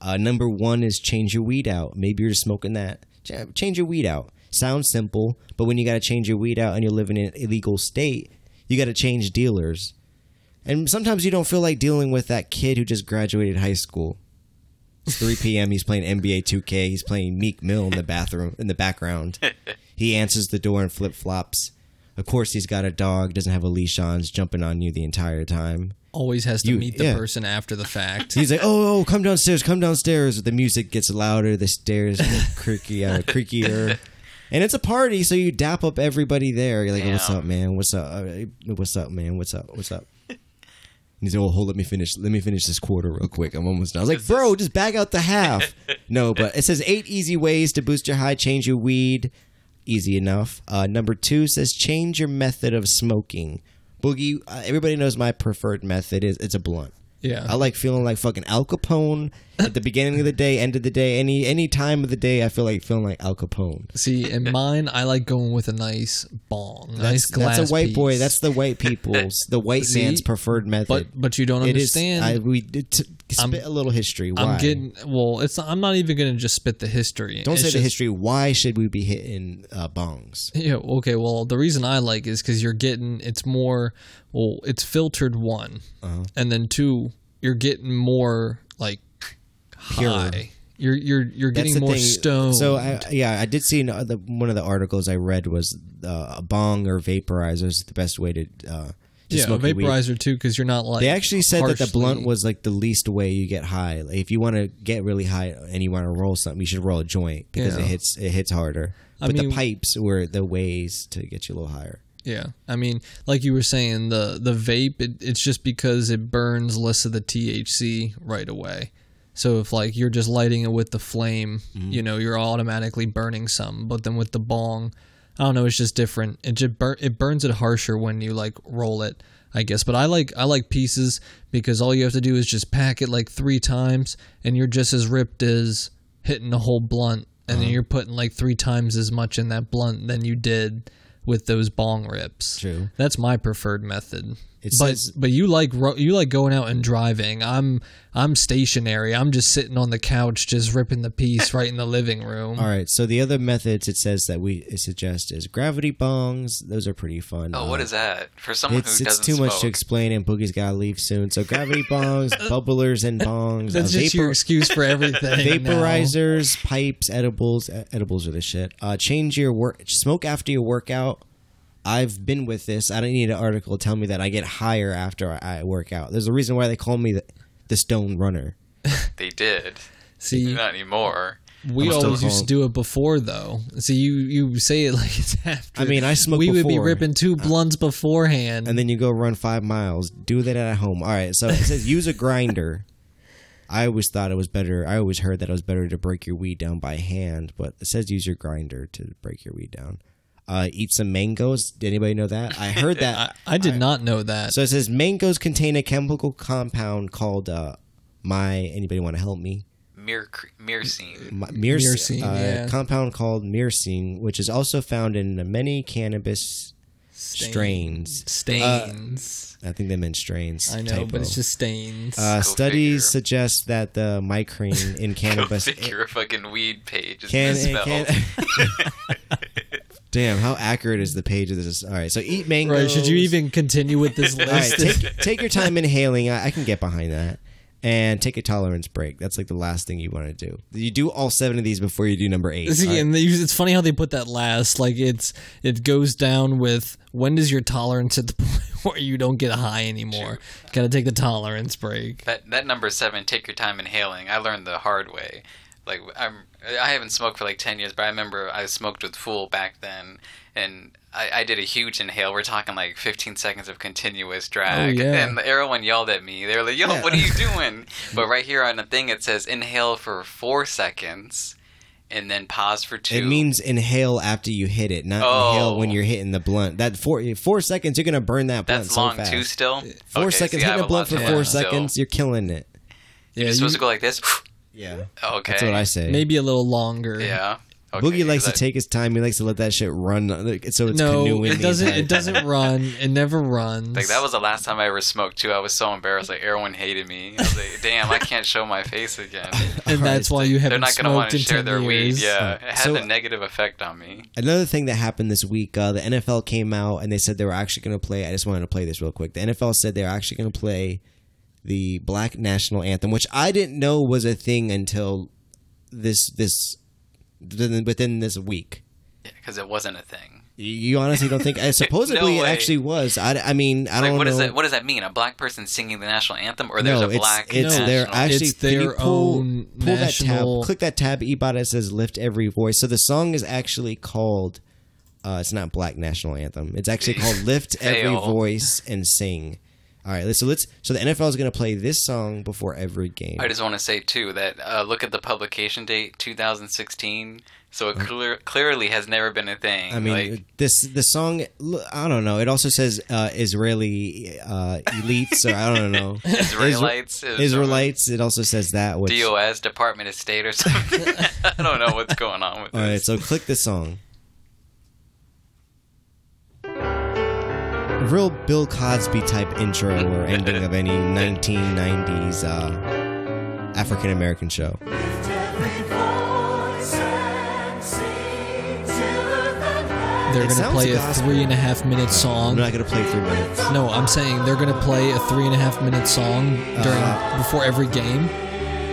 [SPEAKER 1] Uh, number one is change your weed out. Maybe you're just smoking that. Ch- Change your weed out. Sounds simple, but when you got to change your weed out and you're living in an illegal state, you got to change dealers. And sometimes you don't feel like dealing with that kid who just graduated high school. It's *laughs* 3 p.m. He's playing NBA 2K. He's playing Meek Mill in the bathroom in the background. He answers the door in flip flops. Of course, he's got a dog. Doesn't have a leash on. Is jumping on you the entire time.
[SPEAKER 4] Always has to
[SPEAKER 1] You-
[SPEAKER 4] meet the
[SPEAKER 1] yeah.
[SPEAKER 4] person after the
[SPEAKER 1] *laughs*
[SPEAKER 4] fact.
[SPEAKER 1] He's like, "Oh, oh, come downstairs, come downstairs." The music gets louder. The stairs get creaky, uh, creakier. And it's a party, so you dap up everybody there. You're like, "What's
[SPEAKER 3] Damn.
[SPEAKER 1] up, man? What's up? Uh, What's up, man? What's up? What's up?" And he's like, "Oh, hold, let me finish. Let me finish this quarter real quick. I'm almost done." I was like, "Bro, just bag out the half." no, but it says eight easy ways to boost your high, change your weed. Easy enough. Uh, number two says change your method of smoking. Boogie, uh, everybody knows my preferred method is it's a blunt.
[SPEAKER 4] Yeah.
[SPEAKER 1] I like feeling like fucking Al Capone at the beginning of the day, end of the day, any any time of the day. I feel like feeling like Al Capone.
[SPEAKER 4] See, in mine, I like going with a nice bong, nice glass.
[SPEAKER 1] That's a white boy.
[SPEAKER 4] piece.
[SPEAKER 1] That's the white people's, the white
[SPEAKER 4] *laughs* See?
[SPEAKER 1] man's preferred method.
[SPEAKER 4] but but you don't
[SPEAKER 1] it is.
[SPEAKER 4] understand.
[SPEAKER 1] I, we it- t- spit a little history. Why?
[SPEAKER 4] I'm getting well. It's not, I'm not even gonna just spit the history.
[SPEAKER 1] Don't
[SPEAKER 4] It's
[SPEAKER 1] say the
[SPEAKER 4] just-
[SPEAKER 1] history. Why should we be hitting uh, bongs?
[SPEAKER 4] Yeah. Okay. Well, the reason I like is because you're getting it's more. Well, it's filtered one,
[SPEAKER 1] Uh-huh.
[SPEAKER 4] and then two, you're getting more like high. You're you're you're
[SPEAKER 1] That's
[SPEAKER 4] getting
[SPEAKER 1] the
[SPEAKER 4] more
[SPEAKER 1] thing.
[SPEAKER 4] stoned.
[SPEAKER 1] So I, yeah, I did see in other- one of the articles I read was uh, a bong or vaporizer is the best way to uh, to
[SPEAKER 4] yeah, a
[SPEAKER 1] smoke your weed.
[SPEAKER 4] vaporizer too, because you're not like
[SPEAKER 1] They actually said that the blunt
[SPEAKER 4] harshly-
[SPEAKER 1] was like the least way you get high. Like if you want to get really high and you want to roll something, you should roll a joint because it
[SPEAKER 4] Yeah.
[SPEAKER 1] hits it hits harder.
[SPEAKER 4] I
[SPEAKER 1] But
[SPEAKER 4] mean-
[SPEAKER 1] the pipes were the ways to get you a little higher.
[SPEAKER 4] Yeah, I mean, like you were saying, the the vape, it, it's just because it burns less of the THC right away. So if like you're just lighting it with the flame,
[SPEAKER 1] Mm-hmm.
[SPEAKER 4] you know, you're automatically burning some. But then with the bong, I don't know, it's just different. It just burn it burns it harsher when you like roll it, I guess. But I like I like pieces because all you have to do is just pack it like three times, and you're just as ripped as hitting a whole blunt, and
[SPEAKER 1] Uh-huh.
[SPEAKER 4] then you're putting like three times as much in that blunt than you did with those bong rips.
[SPEAKER 1] True.
[SPEAKER 4] That's my preferred method.
[SPEAKER 1] It
[SPEAKER 4] but
[SPEAKER 1] says-
[SPEAKER 4] but you like ro- you like going out and driving. I'm I'm stationary. I'm just sitting on the couch, just ripping the piece right in the living room.
[SPEAKER 1] All right. So the other methods it says that we suggest is gravity bongs. Those are pretty fun.
[SPEAKER 3] Oh,
[SPEAKER 1] Uh,
[SPEAKER 3] what is that for someone
[SPEAKER 1] It's
[SPEAKER 3] who
[SPEAKER 1] it's
[SPEAKER 3] doesn't
[SPEAKER 1] too much to
[SPEAKER 3] smoke?
[SPEAKER 1] explain, and Boogie's gotta leave soon. So
[SPEAKER 4] *laughs*
[SPEAKER 1] gravity bongs, bubblers, and bongs.
[SPEAKER 4] That's
[SPEAKER 1] uh,
[SPEAKER 4] just your excuse for everything. now.
[SPEAKER 1] vaporizers, pipes, edibles. e- Edibles are the shit. Uh, change your work. Smoke after your workout. I've been with this. I don't need an article to tell me that I get higher after I, I work out. There's a reason why they call me the, the Stone Runner.
[SPEAKER 3] They did.
[SPEAKER 4] See,
[SPEAKER 3] Not anymore.
[SPEAKER 4] we
[SPEAKER 1] I'm still
[SPEAKER 4] always used to
[SPEAKER 1] calm.
[SPEAKER 4] do it before though. See, you you say it *laughs* like it's after.
[SPEAKER 1] I mean, I smoked
[SPEAKER 4] We would be
[SPEAKER 1] before. Uh,
[SPEAKER 4] ripping two blunts beforehand.
[SPEAKER 1] and then you go run five miles. Do that at home. All right. So it says use a grinder. I always thought it was better. I always heard that it was better to break your weed down by hand, but it says use your grinder to break your weed down. Uh, eat some mangoes. Did anybody know that? I heard that.
[SPEAKER 4] *laughs* I, I did not know that.
[SPEAKER 1] So it says mangoes contain a chemical compound called uh, my. Anybody want to help me?
[SPEAKER 3] Mir- Mircine.
[SPEAKER 1] My, myrcene,
[SPEAKER 4] Myrcene,
[SPEAKER 1] uh,
[SPEAKER 4] yeah.
[SPEAKER 1] compound called myrcene, which is also found in many cannabis
[SPEAKER 4] Stain-
[SPEAKER 1] strains.
[SPEAKER 4] stains.
[SPEAKER 1] I think they meant strains.
[SPEAKER 4] I know,
[SPEAKER 1] typo.
[SPEAKER 4] but it's just stains.
[SPEAKER 1] Uh,
[SPEAKER 3] Go figure.
[SPEAKER 1] studies suggest that the micrene
[SPEAKER 3] *laughs*
[SPEAKER 1] in
[SPEAKER 3] Go
[SPEAKER 1] cannabis
[SPEAKER 3] figure a fucking weed page. It's
[SPEAKER 1] eh, can, it
[SPEAKER 3] misspelled. *laughs*
[SPEAKER 1] can- *laughs* Damn, how accurate is the page of this? All right, so eat mangoes.
[SPEAKER 4] Right? Should you even continue with this
[SPEAKER 1] *laughs* All right,
[SPEAKER 4] list?
[SPEAKER 1] take, take your time inhaling. I, I can get behind that. And take a tolerance break. That's like the last thing you want to do. You do all seven of these before you do number eight.
[SPEAKER 4] See,
[SPEAKER 1] All right.
[SPEAKER 4] and they, use- it's funny how they put that last. Like it's it goes down with when does your tolerance at the *laughs* point where you don't get high anymore? Got to take the tolerance break.
[SPEAKER 3] That that number seven, take your time inhaling. I learned the hard way. Like I'm, I haven't smoked for like ten years, but I remember I smoked with Fool back then, and I, I did a huge inhale. We're talking like 15 seconds of continuous drag.
[SPEAKER 4] Oh, yeah.
[SPEAKER 3] And everyone yelled at me. They were like, yo,
[SPEAKER 4] Yeah.
[SPEAKER 3] what
[SPEAKER 1] *laughs*
[SPEAKER 3] are you doing? but right here on the thing, it says inhale for four seconds and then pause for two.
[SPEAKER 1] It means inhale after you hit it, not
[SPEAKER 3] Oh.
[SPEAKER 1] inhale when you're hitting the blunt. That four four seconds, you're gonna burn that blunt
[SPEAKER 3] That's
[SPEAKER 1] so
[SPEAKER 3] long
[SPEAKER 1] fast.
[SPEAKER 3] too still?
[SPEAKER 1] Four
[SPEAKER 3] Okay,
[SPEAKER 1] seconds,
[SPEAKER 3] see, I
[SPEAKER 1] hitting
[SPEAKER 3] have
[SPEAKER 1] a blunt
[SPEAKER 3] lot
[SPEAKER 1] for
[SPEAKER 3] to
[SPEAKER 1] four
[SPEAKER 3] learn still.
[SPEAKER 1] seconds, you're killing it.
[SPEAKER 4] Yeah,
[SPEAKER 3] You're
[SPEAKER 4] you-
[SPEAKER 3] supposed to go like this. *laughs*
[SPEAKER 1] Yeah,
[SPEAKER 3] okay.
[SPEAKER 1] that's what I say.
[SPEAKER 4] maybe a little longer.
[SPEAKER 3] Yeah. Okay,
[SPEAKER 1] Boogie likes to
[SPEAKER 3] that-
[SPEAKER 1] take his time. He likes to let that shit run. like, So it's
[SPEAKER 4] No,
[SPEAKER 1] canoeing.
[SPEAKER 4] it
[SPEAKER 1] the
[SPEAKER 4] doesn't.
[SPEAKER 1] entire *laughs*
[SPEAKER 4] It doesn't run. It never runs.
[SPEAKER 3] Like that was the last time I ever smoked too. I was so embarrassed. Like everyone hated me. I was like, "Damn, I can't show my
[SPEAKER 1] *laughs*
[SPEAKER 3] face again."
[SPEAKER 4] and that's why you
[SPEAKER 3] They're
[SPEAKER 4] haven't
[SPEAKER 3] not gonna
[SPEAKER 4] smoked
[SPEAKER 3] want to
[SPEAKER 4] in
[SPEAKER 3] share
[SPEAKER 4] ten
[SPEAKER 3] their
[SPEAKER 4] years.
[SPEAKER 3] weed. Yeah, it had
[SPEAKER 1] So-
[SPEAKER 3] a negative effect on me.
[SPEAKER 1] Another thing that happened this week, uh, the NFL came out and they said they were actually going to play. I just wanted to play this real quick. The NFL said they were actually going to play the Black National Anthem, which I didn't know was a thing until this this within within this week.
[SPEAKER 3] Because it wasn't a thing.
[SPEAKER 1] You honestly don't
[SPEAKER 3] *laughs*
[SPEAKER 1] think? I supposedly it
[SPEAKER 3] way.
[SPEAKER 1] actually was. I, I mean, I
[SPEAKER 3] Like,
[SPEAKER 1] don't
[SPEAKER 3] what
[SPEAKER 1] know.
[SPEAKER 3] does that? What does that mean? A black person singing the national anthem, or there's
[SPEAKER 1] no,
[SPEAKER 3] a black?
[SPEAKER 1] it's it's
[SPEAKER 3] national?
[SPEAKER 1] their actually
[SPEAKER 4] It's
[SPEAKER 1] can you
[SPEAKER 4] their
[SPEAKER 1] pull,
[SPEAKER 4] own
[SPEAKER 1] pull that
[SPEAKER 4] national-
[SPEAKER 1] tab, click that tab. Ebot it says "Lift Every Voice." So the song is actually called. Uh, it's not Black National Anthem. It's
[SPEAKER 3] *laughs*
[SPEAKER 1] actually called "Lift Every
[SPEAKER 3] Fail.
[SPEAKER 1] Voice and Sing." All right, so let's. So the NFL is going to play this song before every game.
[SPEAKER 3] I just want to say too that uh, look at the publication date, 2016. So it clear, clearly has never been a thing.
[SPEAKER 1] Mm. I mean,
[SPEAKER 3] like,
[SPEAKER 1] this the song. l- I don't know. It also says uh, Israeli uh, elites, or I don't know
[SPEAKER 3] *laughs* Israelites, Isra-
[SPEAKER 1] Israelites. It also says that. Which,
[SPEAKER 3] DOS, Department of State, or something. *laughs* I don't know what's going on with
[SPEAKER 1] All
[SPEAKER 3] this.
[SPEAKER 1] right, so click the song. Real Bill Cosby type intro or ending of any 1990s uh, African American show.
[SPEAKER 4] They're
[SPEAKER 1] It
[SPEAKER 4] gonna
[SPEAKER 1] sounds
[SPEAKER 4] play a
[SPEAKER 1] gospel.
[SPEAKER 4] three and a half minute
[SPEAKER 1] I'm
[SPEAKER 4] song.
[SPEAKER 1] not going to play three minutes.
[SPEAKER 4] No, I'm saying they're gonna play a three and a half minute song during
[SPEAKER 1] Uh-huh.
[SPEAKER 4] before every game.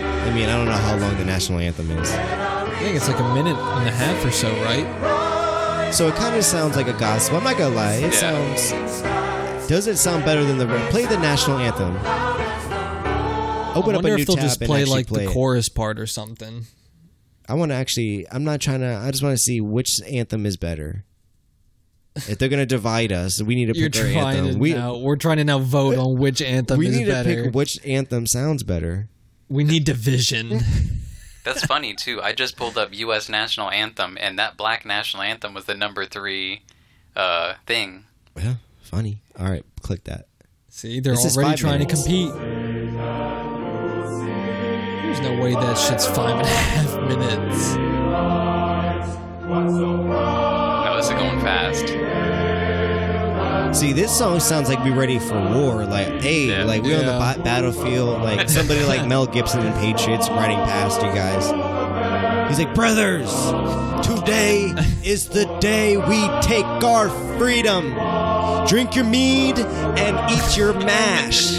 [SPEAKER 1] I mean, I don't know how long the national anthem is.
[SPEAKER 4] I think it's like a minute and a half or so, right?
[SPEAKER 1] So it kind of sounds like a gospel. I'm not going to lie. It
[SPEAKER 3] Yeah.
[SPEAKER 1] sounds. Does it sound better than the. Play the national anthem. Open
[SPEAKER 4] I
[SPEAKER 1] up a
[SPEAKER 4] wonder
[SPEAKER 1] new
[SPEAKER 4] if they'll
[SPEAKER 1] tab
[SPEAKER 4] just
[SPEAKER 1] and
[SPEAKER 4] play
[SPEAKER 1] actually
[SPEAKER 4] like
[SPEAKER 1] play
[SPEAKER 4] the
[SPEAKER 1] it.
[SPEAKER 4] chorus part or something.
[SPEAKER 1] I want to actually. I'm not trying to. I just want to see which anthem is better. If they're gonna divide us, we need to
[SPEAKER 4] You're
[SPEAKER 1] pick our
[SPEAKER 4] trying to
[SPEAKER 1] anthem. We
[SPEAKER 4] now. We're trying to now vote on which anthem
[SPEAKER 1] we
[SPEAKER 4] is
[SPEAKER 1] need to
[SPEAKER 4] better.
[SPEAKER 1] pick which anthem sounds better.
[SPEAKER 4] we
[SPEAKER 1] *laughs*
[SPEAKER 4] need division.
[SPEAKER 3] That's funny too. I just pulled up U.S. national anthem, and that black national anthem was the number three uh, thing.
[SPEAKER 1] Yeah, funny. All right, click that.
[SPEAKER 4] See, they're
[SPEAKER 1] This is
[SPEAKER 4] already
[SPEAKER 1] five
[SPEAKER 4] trying
[SPEAKER 1] minutes.
[SPEAKER 4] to compete. There's no way that shit's five and a half minutes.
[SPEAKER 3] No, this is going fast.
[SPEAKER 1] See, this song sounds like we're ready for war. Like, hey,
[SPEAKER 3] Yeah.
[SPEAKER 1] like we're on
[SPEAKER 4] Yeah.
[SPEAKER 1] the ba- battlefield. Like somebody like Mel Gibson and Patriots riding past you guys. He's like, brothers, today is the day we take our freedom. Drink your mead and eat your mash.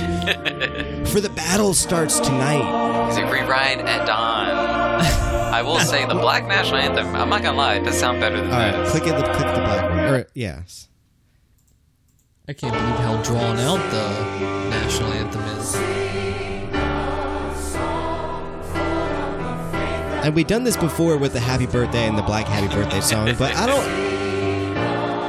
[SPEAKER 1] For the battle starts tonight.
[SPEAKER 3] It's a free ride at dawn. I will say the black national anthem. I'm not gonna lie, it does sound better than
[SPEAKER 1] All right,
[SPEAKER 3] this.
[SPEAKER 1] click it. Click the black one. Or yes.
[SPEAKER 4] I can't believe how drawn out the national anthem is.
[SPEAKER 1] And we've done this before with the Happy Birthday and the Black Happy Birthday song, but I don't.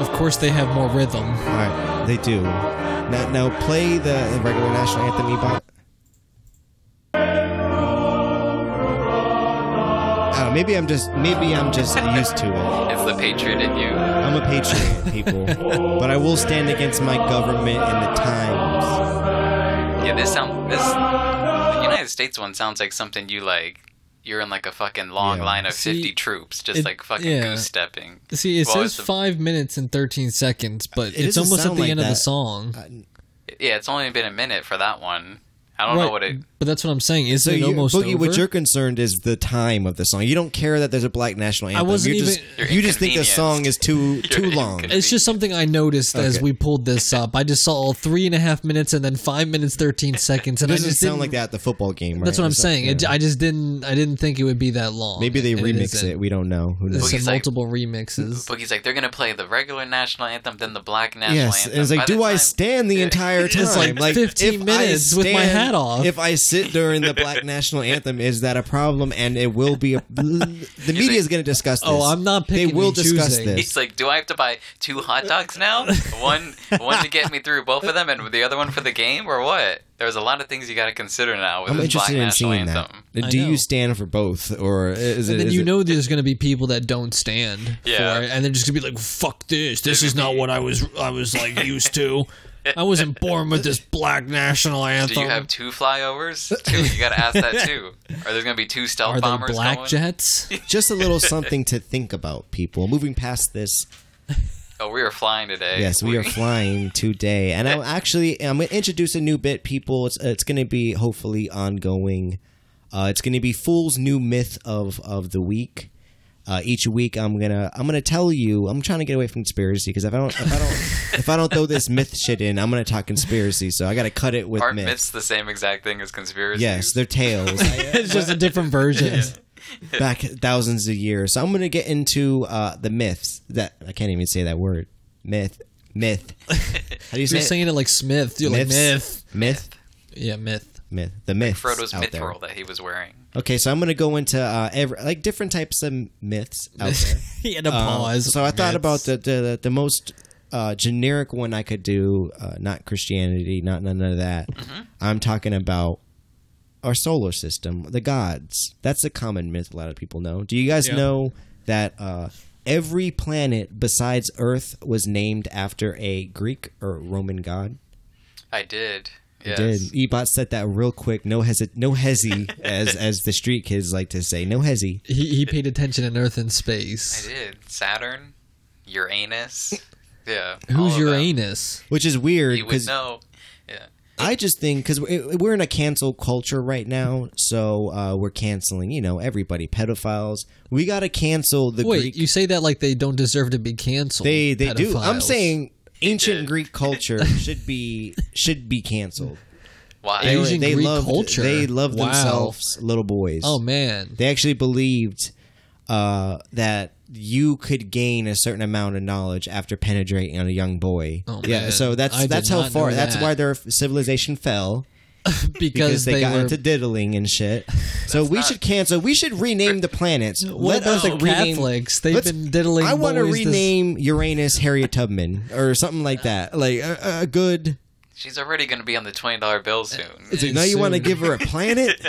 [SPEAKER 4] Of course, they have more rhythm.
[SPEAKER 1] All right, they do. Now, now play the regular national anthem, Ebot. I don't know, maybe I'm just maybe I'm just used to it.
[SPEAKER 3] It's the patriot in you.
[SPEAKER 1] I'm a
[SPEAKER 4] *laughs*
[SPEAKER 1] patriot, people, but I will stand against my government and the times.
[SPEAKER 3] Yeah, this sound this the United States one sounds like something you like. You're in like a fucking long
[SPEAKER 1] Yeah.
[SPEAKER 3] line of
[SPEAKER 4] See,
[SPEAKER 3] 50 troops, just
[SPEAKER 4] it-
[SPEAKER 3] like fucking
[SPEAKER 4] yeah.
[SPEAKER 3] goose stepping.
[SPEAKER 4] See, it
[SPEAKER 3] Well,
[SPEAKER 4] says
[SPEAKER 3] it's a-
[SPEAKER 4] five minutes and thirteen seconds, but
[SPEAKER 1] It
[SPEAKER 4] it's
[SPEAKER 1] doesn't
[SPEAKER 4] almost at
[SPEAKER 1] sound
[SPEAKER 4] the
[SPEAKER 1] like
[SPEAKER 4] end of
[SPEAKER 1] that. Uh,
[SPEAKER 4] the song.
[SPEAKER 3] Yeah, it's only been a minute for that one. I don't know what it.
[SPEAKER 4] But that's what I'm saying. Is
[SPEAKER 1] So
[SPEAKER 4] it
[SPEAKER 1] you,
[SPEAKER 4] almost
[SPEAKER 1] Boogie,
[SPEAKER 4] over?
[SPEAKER 1] what you're concerned is the time of the song. You don't care that there's a black national anthem.
[SPEAKER 4] wasn't
[SPEAKER 1] you just
[SPEAKER 4] even-
[SPEAKER 3] You're
[SPEAKER 1] you just think the
[SPEAKER 3] inconvenienced.
[SPEAKER 1] song is
[SPEAKER 4] *laughs*
[SPEAKER 1] too too long.
[SPEAKER 3] inconvenienced.
[SPEAKER 4] it's just something I noticed as
[SPEAKER 1] Okay.
[SPEAKER 4] we pulled this up. I just saw three and a half minutes and then five minutes thirteen seconds, and I
[SPEAKER 1] doesn't
[SPEAKER 4] just
[SPEAKER 1] sound
[SPEAKER 4] didn't-
[SPEAKER 1] like that at the football game. Right?
[SPEAKER 4] That's what I'm
[SPEAKER 1] It's like,
[SPEAKER 4] saying. It,
[SPEAKER 1] yeah.
[SPEAKER 4] I just didn't. I didn't think it would be that long.
[SPEAKER 1] Maybe they
[SPEAKER 4] And
[SPEAKER 1] remix it.
[SPEAKER 4] isn't.
[SPEAKER 1] We don't know. Who knows?
[SPEAKER 4] There's
[SPEAKER 3] Boogie's
[SPEAKER 4] some
[SPEAKER 3] like-
[SPEAKER 4] multiple remixes.
[SPEAKER 3] Boogie's like, they're gonna play the regular national anthem,
[SPEAKER 4] Oh,
[SPEAKER 3] then the black national
[SPEAKER 1] Yes,
[SPEAKER 3] anthem.
[SPEAKER 1] and it's like,
[SPEAKER 3] By
[SPEAKER 4] *laughs*
[SPEAKER 3] the *laughs*
[SPEAKER 1] do I
[SPEAKER 3] time-
[SPEAKER 1] stand the entire time?
[SPEAKER 4] It's like, 15
[SPEAKER 1] if I
[SPEAKER 4] minutes with my
[SPEAKER 1] stand
[SPEAKER 4] that off.
[SPEAKER 1] If I sit during the Black National Anthem, is that a problem? And it will be.
[SPEAKER 4] *laughs*
[SPEAKER 1] A, the media is going to discuss this.
[SPEAKER 4] Oh, I'm not
[SPEAKER 1] They
[SPEAKER 4] picking
[SPEAKER 1] will
[SPEAKER 4] and
[SPEAKER 1] discuss
[SPEAKER 4] choosing.
[SPEAKER 1] this.
[SPEAKER 3] He's like, do I have to buy two hot dogs now? One, one to get me through both of them, and the other one for the game, or what? There's a lot of things you got to consider now with
[SPEAKER 1] I'm
[SPEAKER 3] this
[SPEAKER 1] interested
[SPEAKER 3] Black
[SPEAKER 1] in
[SPEAKER 3] National
[SPEAKER 1] seeing
[SPEAKER 3] Anthem.
[SPEAKER 1] that.
[SPEAKER 4] I
[SPEAKER 1] Do
[SPEAKER 4] know.
[SPEAKER 1] you stand for both, or is it?
[SPEAKER 4] and then
[SPEAKER 1] is
[SPEAKER 4] you
[SPEAKER 1] it-
[SPEAKER 4] know there's going to be people that don't stand
[SPEAKER 3] Yeah.
[SPEAKER 4] for it, and they're just going to be like, "Fuck this! This is not
[SPEAKER 3] be-
[SPEAKER 4] what I was I was
[SPEAKER 3] *laughs*
[SPEAKER 4] like used to. I wasn't born with this black national anthem."
[SPEAKER 3] Do you have
[SPEAKER 1] *laughs*
[SPEAKER 3] two flyovers? Two. You got to ask that too. Are there going to be two stealth
[SPEAKER 4] Are there
[SPEAKER 3] bombers
[SPEAKER 4] black
[SPEAKER 3] going? *laughs*
[SPEAKER 4] jets?
[SPEAKER 1] just a little something to think about, people. Moving past this,
[SPEAKER 3] Oh, we are flying today.
[SPEAKER 1] yes, we are flying today, and I'm actually I'm going to introduce a new bit, people. It's it's going to be hopefully ongoing. Uh, it's going to be Fool's new myth of of the week. Uh, each week, I'm gonna I'm gonna tell you. I'm trying to get away from conspiracy because if I don't if I don't if I don't throw this myth shit in, I'm gonna talk conspiracy. So I got to cut it with
[SPEAKER 3] Aren't
[SPEAKER 1] myths.
[SPEAKER 3] myths the same exact thing as conspiracies?
[SPEAKER 1] Yes, they're
[SPEAKER 4] *laughs*
[SPEAKER 1] tales.
[SPEAKER 4] it's just a different version.
[SPEAKER 1] back thousands of years. So I'm going to get into uh, the myths that I can't even say that word. Myth, myth. How do you say
[SPEAKER 4] You're
[SPEAKER 1] it?
[SPEAKER 4] saying it like Smith. You're
[SPEAKER 1] Myths?
[SPEAKER 4] like myth.
[SPEAKER 1] myth,
[SPEAKER 4] Yeah, myth.
[SPEAKER 1] myth, the myth.
[SPEAKER 3] Frodo's
[SPEAKER 1] out there.
[SPEAKER 3] mithril that he was wearing.
[SPEAKER 1] Okay, so I'm going to go into uh, every, like different types of myths out
[SPEAKER 4] *laughs*
[SPEAKER 3] *laughs*
[SPEAKER 1] there.
[SPEAKER 4] he had a
[SPEAKER 1] Um,
[SPEAKER 4] pause.
[SPEAKER 1] so I thought
[SPEAKER 4] Myths.
[SPEAKER 1] about the the, the, the most uh, generic one I could do. Uh, not Christianity, not none of that. I'm talking about our solar system, the gods. That's a common myth a lot of people know. Do you guys
[SPEAKER 4] Yeah.
[SPEAKER 1] know that uh, every planet besides Earth was named after a Greek or Roman god?
[SPEAKER 3] I did.
[SPEAKER 1] It
[SPEAKER 3] Yes.
[SPEAKER 1] Did Ebot said that real quick? No hesi, no hesi,
[SPEAKER 3] *laughs*
[SPEAKER 1] as as the street kids like to say. No hesi.
[SPEAKER 4] He, he paid attention in Earth and
[SPEAKER 3] I
[SPEAKER 4] space.
[SPEAKER 3] did. Saturn,
[SPEAKER 1] *laughs*
[SPEAKER 3] Uranus. Yeah. all
[SPEAKER 4] Who's
[SPEAKER 3] of
[SPEAKER 4] your
[SPEAKER 3] them.
[SPEAKER 4] anus?
[SPEAKER 1] Which is weird
[SPEAKER 3] You would
[SPEAKER 1] because
[SPEAKER 3] know. Yeah.
[SPEAKER 1] I just think because we're in a cancel culture right now, so uh, we're canceling, you know, everybody, pedophiles. We gotta cancel the
[SPEAKER 4] Wait,
[SPEAKER 1] Greek.
[SPEAKER 4] you say that like they don't deserve to be canceled.
[SPEAKER 1] they they do. I'm
[SPEAKER 4] pedophiles.
[SPEAKER 1] saying ancient
[SPEAKER 3] did.
[SPEAKER 1] Greek
[SPEAKER 3] *laughs*
[SPEAKER 1] culture should be should be canceled.
[SPEAKER 3] Why?
[SPEAKER 1] They,
[SPEAKER 4] Asian
[SPEAKER 1] they
[SPEAKER 4] Greek
[SPEAKER 1] loved
[SPEAKER 4] culture?
[SPEAKER 1] they loved
[SPEAKER 4] Wow.
[SPEAKER 1] themselves little boys.
[SPEAKER 4] Oh man.
[SPEAKER 1] They actually believed uh, that you could gain a certain amount of knowledge after penetrating on a young boy.
[SPEAKER 4] Oh,
[SPEAKER 1] yeah,
[SPEAKER 4] man.
[SPEAKER 1] so that's
[SPEAKER 4] I did
[SPEAKER 1] that's how
[SPEAKER 4] not
[SPEAKER 1] far.
[SPEAKER 4] know
[SPEAKER 1] That's
[SPEAKER 4] that.
[SPEAKER 1] why their civilization fell.
[SPEAKER 4] because they,
[SPEAKER 1] got
[SPEAKER 4] were
[SPEAKER 1] into diddling and
[SPEAKER 4] *laughs*
[SPEAKER 1] shit. So we
[SPEAKER 3] not-
[SPEAKER 1] should cancel. We should rename the planets.
[SPEAKER 4] What
[SPEAKER 1] Let
[SPEAKER 4] about
[SPEAKER 1] us
[SPEAKER 4] the
[SPEAKER 1] rename-
[SPEAKER 4] Catholics? They've
[SPEAKER 1] let's-
[SPEAKER 4] been diddling
[SPEAKER 1] I want to
[SPEAKER 4] boys this-
[SPEAKER 1] rename Uranus Harriet Tubman or something like that. Like a, a good.
[SPEAKER 3] She's already going to be on the twenty dollar bill soon.
[SPEAKER 4] It's-
[SPEAKER 1] now you want to
[SPEAKER 4] soon.
[SPEAKER 1] give her a
[SPEAKER 4] *laughs*
[SPEAKER 1] planet?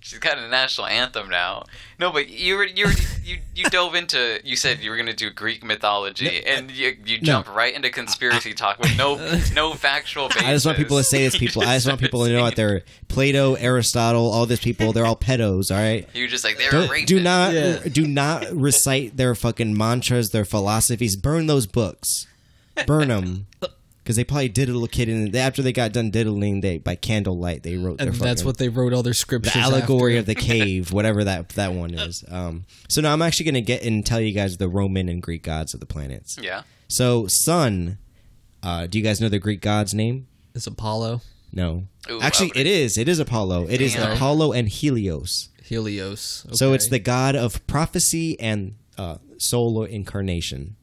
[SPEAKER 3] She's got a national anthem now. No, but you were, you were, you you dove into you said you were going to do Greek mythology, and you you jump right into conspiracy talk with
[SPEAKER 1] *laughs*
[SPEAKER 3] no no factual basis.
[SPEAKER 1] I just want people to say this. People, I just want people to know out there: Plato, Aristotle, all these people, they're all pedos. All right.
[SPEAKER 3] *laughs* You're just like they're
[SPEAKER 1] Don't,
[SPEAKER 3] rapists.
[SPEAKER 1] do not
[SPEAKER 4] Yeah.
[SPEAKER 1] do not *laughs* recite their fucking mantras, their philosophies. Burn those books. Burn *laughs* them. Because they probably did a little kid, and after they got done diddling, they by candlelight they wrote their
[SPEAKER 4] and
[SPEAKER 1] fucking
[SPEAKER 4] that's what they wrote all their scriptures.
[SPEAKER 1] the allegory
[SPEAKER 4] after.
[SPEAKER 1] of the cave, whatever that that one is. Um, so now I'm actually gonna get and tell you guys the Roman and Greek gods of the planets.
[SPEAKER 3] Yeah.
[SPEAKER 1] So Sun, uh, do you guys know the Greek god's name?
[SPEAKER 4] It's Apollo,
[SPEAKER 1] No,
[SPEAKER 3] Ooh, I
[SPEAKER 1] actually
[SPEAKER 3] would've-
[SPEAKER 1] it is. It is Apollo. It is
[SPEAKER 3] Damn.
[SPEAKER 1] Apollo and Helios.
[SPEAKER 4] Helios.
[SPEAKER 1] So
[SPEAKER 4] okay.
[SPEAKER 1] it's the god of prophecy and uh, solar incarnation.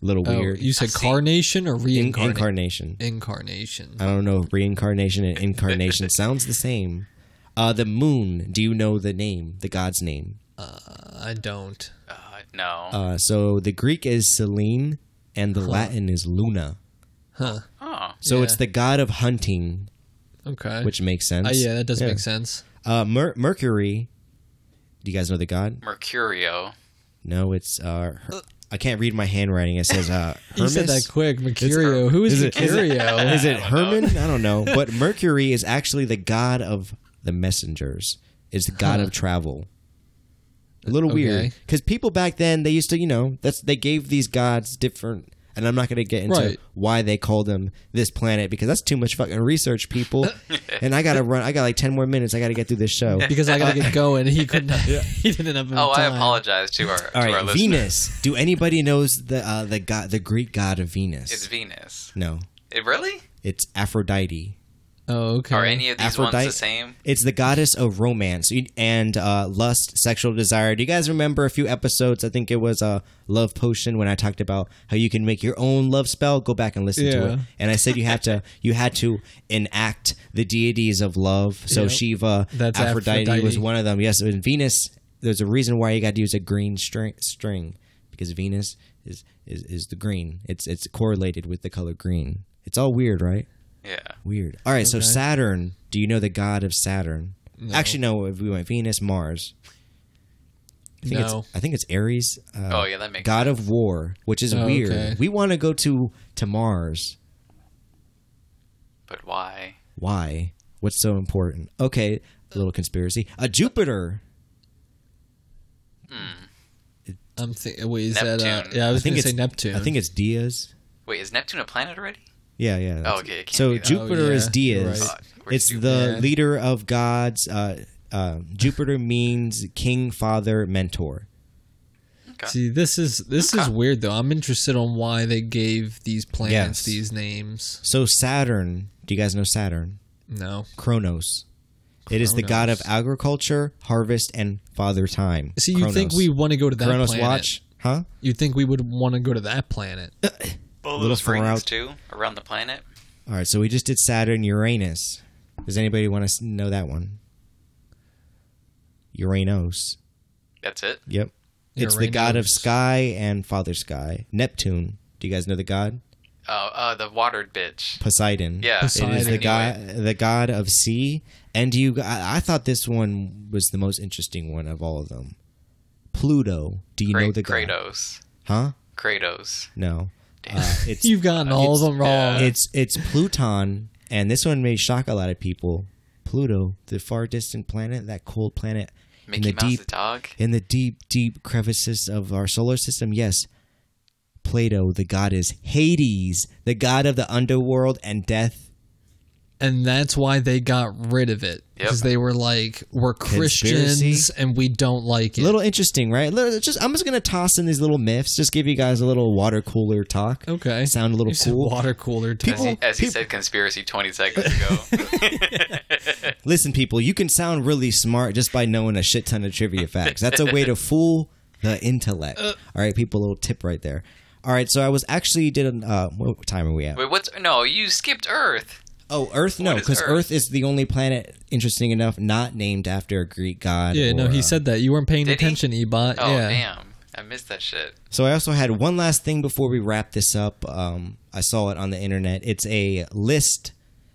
[SPEAKER 1] Little
[SPEAKER 4] Oh,
[SPEAKER 1] weird.
[SPEAKER 4] You said
[SPEAKER 3] see.
[SPEAKER 4] carnation or
[SPEAKER 1] In-
[SPEAKER 4] reincarnation?
[SPEAKER 1] incarnation.
[SPEAKER 4] incarnation.
[SPEAKER 1] I don't know if reincarnation and
[SPEAKER 4] *laughs*
[SPEAKER 1] incarnation sounds the same. Uh, the moon. Do you know the name? The god's name.
[SPEAKER 4] I don't.
[SPEAKER 3] Uh, no.
[SPEAKER 1] Uh, so the Greek is Selene, and the Latin is Luna.
[SPEAKER 4] Huh.
[SPEAKER 3] oh.
[SPEAKER 1] So
[SPEAKER 4] Yeah.
[SPEAKER 1] it's the god of hunting,
[SPEAKER 4] Okay.
[SPEAKER 1] which makes sense.
[SPEAKER 4] Uh, yeah, that does make sense.
[SPEAKER 1] Uh, Mer- Mercury. Do you guys know the god?
[SPEAKER 3] Mercurio.
[SPEAKER 1] No, it's uh, Her- I can't read my handwriting. It says
[SPEAKER 4] *laughs*
[SPEAKER 1] uh,
[SPEAKER 4] You
[SPEAKER 1] Hermes.
[SPEAKER 4] said that quick. Mercurio. Who is,
[SPEAKER 1] Is it- is it- *laughs*
[SPEAKER 4] Mercurio?
[SPEAKER 1] Is it Herman? I don't know. But Mercury is actually the god of the messengers. It's the god of travel. A little weird
[SPEAKER 4] Okay.
[SPEAKER 1] because people back then they used to, you know, that's they gave these gods different. And I'm not going to get into
[SPEAKER 4] Right.
[SPEAKER 1] why they called them this planet because that's too much fucking research, people. and I gotta run. I got like ten more minutes. I gotta get through this show.
[SPEAKER 4] because I gotta get going.
[SPEAKER 1] *laughs*
[SPEAKER 4] He couldn't. *laughs* He didn't have.
[SPEAKER 3] Oh, I
[SPEAKER 4] time.
[SPEAKER 3] apologize to our
[SPEAKER 1] All
[SPEAKER 3] to our
[SPEAKER 1] right,
[SPEAKER 3] listeners.
[SPEAKER 1] Venus. Do anybody knows the uh, the god, the Greek god of Venus?
[SPEAKER 3] It's Venus.
[SPEAKER 1] no,
[SPEAKER 3] It really?
[SPEAKER 1] it's Aphrodite.
[SPEAKER 4] Oh, okay.
[SPEAKER 3] Are any of these
[SPEAKER 1] Aphrodite.
[SPEAKER 3] ones the same?
[SPEAKER 1] It's the goddess of romance You- and uh, lust, sexual desire. Do you guys remember a few episodes? I think it was uh, Love Potion when I talked about how you can make your own love spell. Go back and listen to
[SPEAKER 4] Yeah.
[SPEAKER 1] it. And I said you had
[SPEAKER 4] *laughs*
[SPEAKER 1] to you had to enact the deities of love. So
[SPEAKER 4] Yep.
[SPEAKER 1] Shiva,
[SPEAKER 4] That's
[SPEAKER 1] Aphrodite, was
[SPEAKER 4] Aphrodite.
[SPEAKER 1] one of them. Yes, and Venus. There's a reason why you got to use a green string, string because Venus is, is is the green. It's it's correlated with the color green. It's all weird, right?
[SPEAKER 3] Yeah.
[SPEAKER 1] Weird. All right, so Saturn. Do you know the god of Saturn? Actually, no. If we went Venus, Mars. I think
[SPEAKER 4] No.
[SPEAKER 1] it's I think it's Aries. Uh,
[SPEAKER 3] Oh, yeah, that makes
[SPEAKER 1] god of war, which is
[SPEAKER 4] Oh,
[SPEAKER 1] weird.
[SPEAKER 4] okay.
[SPEAKER 1] We want to go to to Mars.
[SPEAKER 3] But why?
[SPEAKER 1] Why? What's so important? Okay, a little conspiracy. A Jupiter.
[SPEAKER 4] I'm thinking. Wait, is that? Uh,
[SPEAKER 3] Neptune.
[SPEAKER 4] yeah, I
[SPEAKER 1] I
[SPEAKER 4] was
[SPEAKER 1] think
[SPEAKER 4] gonna say
[SPEAKER 1] it's
[SPEAKER 4] Neptune.
[SPEAKER 1] I think it's Diaz.
[SPEAKER 3] Wait, is Neptune a planet already?
[SPEAKER 1] Yeah, yeah. that's-
[SPEAKER 3] Oh, okay, it can't
[SPEAKER 1] so
[SPEAKER 3] be that.
[SPEAKER 1] Jupiter
[SPEAKER 4] Oh,
[SPEAKER 1] is
[SPEAKER 4] yeah,
[SPEAKER 1] Diaz.
[SPEAKER 4] you're
[SPEAKER 3] right. Fuck,
[SPEAKER 1] It's
[SPEAKER 3] we're
[SPEAKER 1] the
[SPEAKER 4] stupid.
[SPEAKER 1] leader of gods. Uh, uh, Jupiter means king, father, mentor.
[SPEAKER 3] Okay.
[SPEAKER 4] See, this is this is
[SPEAKER 3] Okay.
[SPEAKER 4] weird though. I'm interested on why they gave these planets
[SPEAKER 1] Yes.
[SPEAKER 4] these names.
[SPEAKER 1] So Saturn, do you guys know Saturn?
[SPEAKER 4] No.
[SPEAKER 1] Kronos. It is the god of
[SPEAKER 4] Kronos.
[SPEAKER 1] agriculture, harvest, and father time.
[SPEAKER 4] See, you think we want to go to that
[SPEAKER 1] Kronos
[SPEAKER 4] planet?
[SPEAKER 1] watch? Huh?
[SPEAKER 4] You think we would want to go to that planet?
[SPEAKER 3] All
[SPEAKER 1] little
[SPEAKER 3] those
[SPEAKER 1] far
[SPEAKER 3] rings
[SPEAKER 1] out.
[SPEAKER 3] too around the planet.
[SPEAKER 1] All right, so we just did Saturn, Uranus. Does anybody want to know that one? Uranos.
[SPEAKER 3] That's it.
[SPEAKER 1] Yep. It's the god of
[SPEAKER 4] Uranus.
[SPEAKER 1] sky and father sky. Neptune. Do you guys know the god?
[SPEAKER 3] Oh, uh, the watered bitch.
[SPEAKER 1] Poseidon.
[SPEAKER 3] Yeah,
[SPEAKER 1] It is
[SPEAKER 4] Poseidon.
[SPEAKER 1] the god, the god of sea. And you, I, I thought this one was the most interesting one of all of them. Pluto. Do you
[SPEAKER 3] Kra-
[SPEAKER 1] know the god?
[SPEAKER 3] Kratos.
[SPEAKER 1] Huh?
[SPEAKER 3] Kratos.
[SPEAKER 1] No.
[SPEAKER 3] Damn.
[SPEAKER 1] Uh, it's
[SPEAKER 4] *laughs* You've gotten all of
[SPEAKER 1] it's-
[SPEAKER 4] them wrong.
[SPEAKER 1] it's it's Pluton, and this one may shock a lot of people. Pluto, the far distant planet, that cold planet in
[SPEAKER 3] Mickey
[SPEAKER 1] the
[SPEAKER 3] Mouse
[SPEAKER 1] deep
[SPEAKER 3] the dog.
[SPEAKER 1] in the deep deep crevices of our solar system. Yes. Plato, the god is Hades, the god of the underworld and death.
[SPEAKER 4] and that's why they got rid of it
[SPEAKER 3] Yep.
[SPEAKER 4] because they were like, we're Christians
[SPEAKER 1] Conspiracy?
[SPEAKER 4] and we don't like it.
[SPEAKER 1] Little interesting, right? Little, just I'm just gonna toss in these little myths, just give you guys a little water cooler talk.
[SPEAKER 4] okay,
[SPEAKER 1] sound a little
[SPEAKER 4] You said
[SPEAKER 1] cool.
[SPEAKER 4] Water cooler.
[SPEAKER 3] As
[SPEAKER 4] People,
[SPEAKER 3] he, as he
[SPEAKER 1] people- *laughs*
[SPEAKER 3] said, conspiracy twenty seconds ago.
[SPEAKER 1] Listen, people, you can sound really smart just by knowing a shit ton of trivia facts. That's a way to fool the intellect. All right, people, a little tip right there. All right, so I was actually did an uh, what time are we at?
[SPEAKER 3] Wait, what's no? You skipped Earth.
[SPEAKER 1] Oh, Earth, no,
[SPEAKER 3] What is
[SPEAKER 1] because Earth?
[SPEAKER 3] Earth?
[SPEAKER 1] is the only planet, interesting enough, not named after a Greek god.
[SPEAKER 4] yeah, no,
[SPEAKER 1] or,
[SPEAKER 4] he
[SPEAKER 1] uh,
[SPEAKER 4] said that you weren't paying
[SPEAKER 3] Did he?
[SPEAKER 4] attention, Ebot.
[SPEAKER 3] Oh
[SPEAKER 4] yeah,
[SPEAKER 3] damn, I missed that shit.
[SPEAKER 1] So I also had one last thing before we wrap this up. Um, I saw it on the internet. It's a list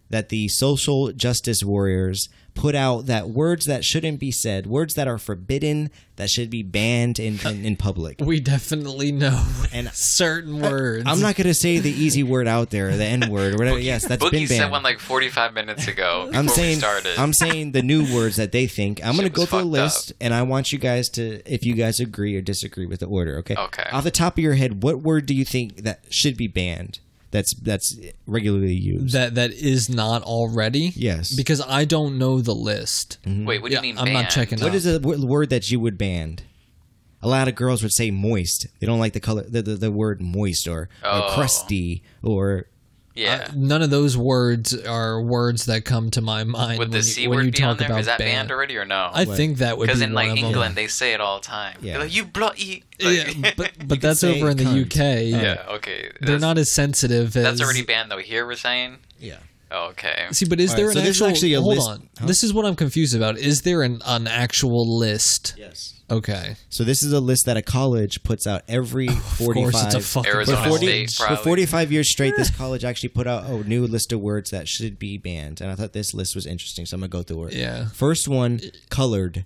[SPEAKER 1] that the social justice warriors put out that words that shouldn't be said, words that are forbidden, that should be banned in, in, in
[SPEAKER 3] *laughs*
[SPEAKER 1] public.
[SPEAKER 4] we definitely know
[SPEAKER 1] And-
[SPEAKER 4] *laughs* certain words.
[SPEAKER 1] I'm not going to say the easy word out there, the N word or whatever. Uh, yes, that's been banned.
[SPEAKER 3] Boogie said one like forty-five minutes ago. Before
[SPEAKER 1] I'm saying
[SPEAKER 3] we started.
[SPEAKER 1] I'm saying the new words that they think. I'm going to
[SPEAKER 3] Shit
[SPEAKER 1] go
[SPEAKER 3] was
[SPEAKER 1] through a
[SPEAKER 3] fucked up.
[SPEAKER 1] list, and I want you guys to, if you guys agree or disagree with the order, okay?
[SPEAKER 3] Okay.
[SPEAKER 1] Off the top of your head, what word do you think that should be banned? That's that's regularly used.
[SPEAKER 4] that that is not already.
[SPEAKER 1] Yes.
[SPEAKER 4] because I don't know the list.
[SPEAKER 3] Wait, what do
[SPEAKER 4] Yeah,
[SPEAKER 3] you mean?
[SPEAKER 4] I'm not
[SPEAKER 3] banned?
[SPEAKER 4] checking
[SPEAKER 1] What
[SPEAKER 4] out.
[SPEAKER 1] is a w- word that you would ban? A lot of girls would say moist. They don't like the color, the the, the word moist or,
[SPEAKER 3] Oh.
[SPEAKER 1] or crusty or
[SPEAKER 3] Yeah.
[SPEAKER 4] None of those words are words that come to my mind.
[SPEAKER 3] Would
[SPEAKER 4] when
[SPEAKER 3] the
[SPEAKER 4] you-
[SPEAKER 3] c
[SPEAKER 4] when you
[SPEAKER 3] word be
[SPEAKER 4] talk
[SPEAKER 3] on there?
[SPEAKER 4] about
[SPEAKER 3] Is that
[SPEAKER 4] ban-
[SPEAKER 3] banned already or no?
[SPEAKER 4] I think that would be
[SPEAKER 3] Because in like
[SPEAKER 4] one of
[SPEAKER 3] England, they say it all the time. They're
[SPEAKER 1] Yeah.
[SPEAKER 3] like, you
[SPEAKER 4] them.
[SPEAKER 3] bloody. *laughs*
[SPEAKER 4] *laughs*
[SPEAKER 3] Like,
[SPEAKER 4] Yeah, but but that's
[SPEAKER 1] say
[SPEAKER 4] over in the
[SPEAKER 1] cunt.
[SPEAKER 4] UK.
[SPEAKER 3] yeah. Okay.
[SPEAKER 4] they're
[SPEAKER 3] that's-
[SPEAKER 4] not as sensitive as
[SPEAKER 3] That's already banned though. Here we're saying. Oh,
[SPEAKER 1] yeah.
[SPEAKER 3] Okay.
[SPEAKER 4] See, but is
[SPEAKER 1] All right,
[SPEAKER 4] there an
[SPEAKER 1] so there's
[SPEAKER 4] actual?
[SPEAKER 1] actually a
[SPEAKER 4] hold
[SPEAKER 1] list-
[SPEAKER 4] on.
[SPEAKER 1] huh?
[SPEAKER 4] This is what I'm confused about. Is there an, an actual list?
[SPEAKER 1] Yes.
[SPEAKER 4] Okay.
[SPEAKER 1] So this is a list that a college puts out every
[SPEAKER 4] Of
[SPEAKER 1] forty-five.
[SPEAKER 4] course, it's a fucking
[SPEAKER 3] Arizona
[SPEAKER 1] for, 40,
[SPEAKER 3] State,
[SPEAKER 1] for
[SPEAKER 3] probably.
[SPEAKER 1] 45 years straight, this college actually put out a new list of words that should be banned. And I thought this list was interesting, so I'm going to go through it.
[SPEAKER 4] Yeah.
[SPEAKER 1] First one, colored.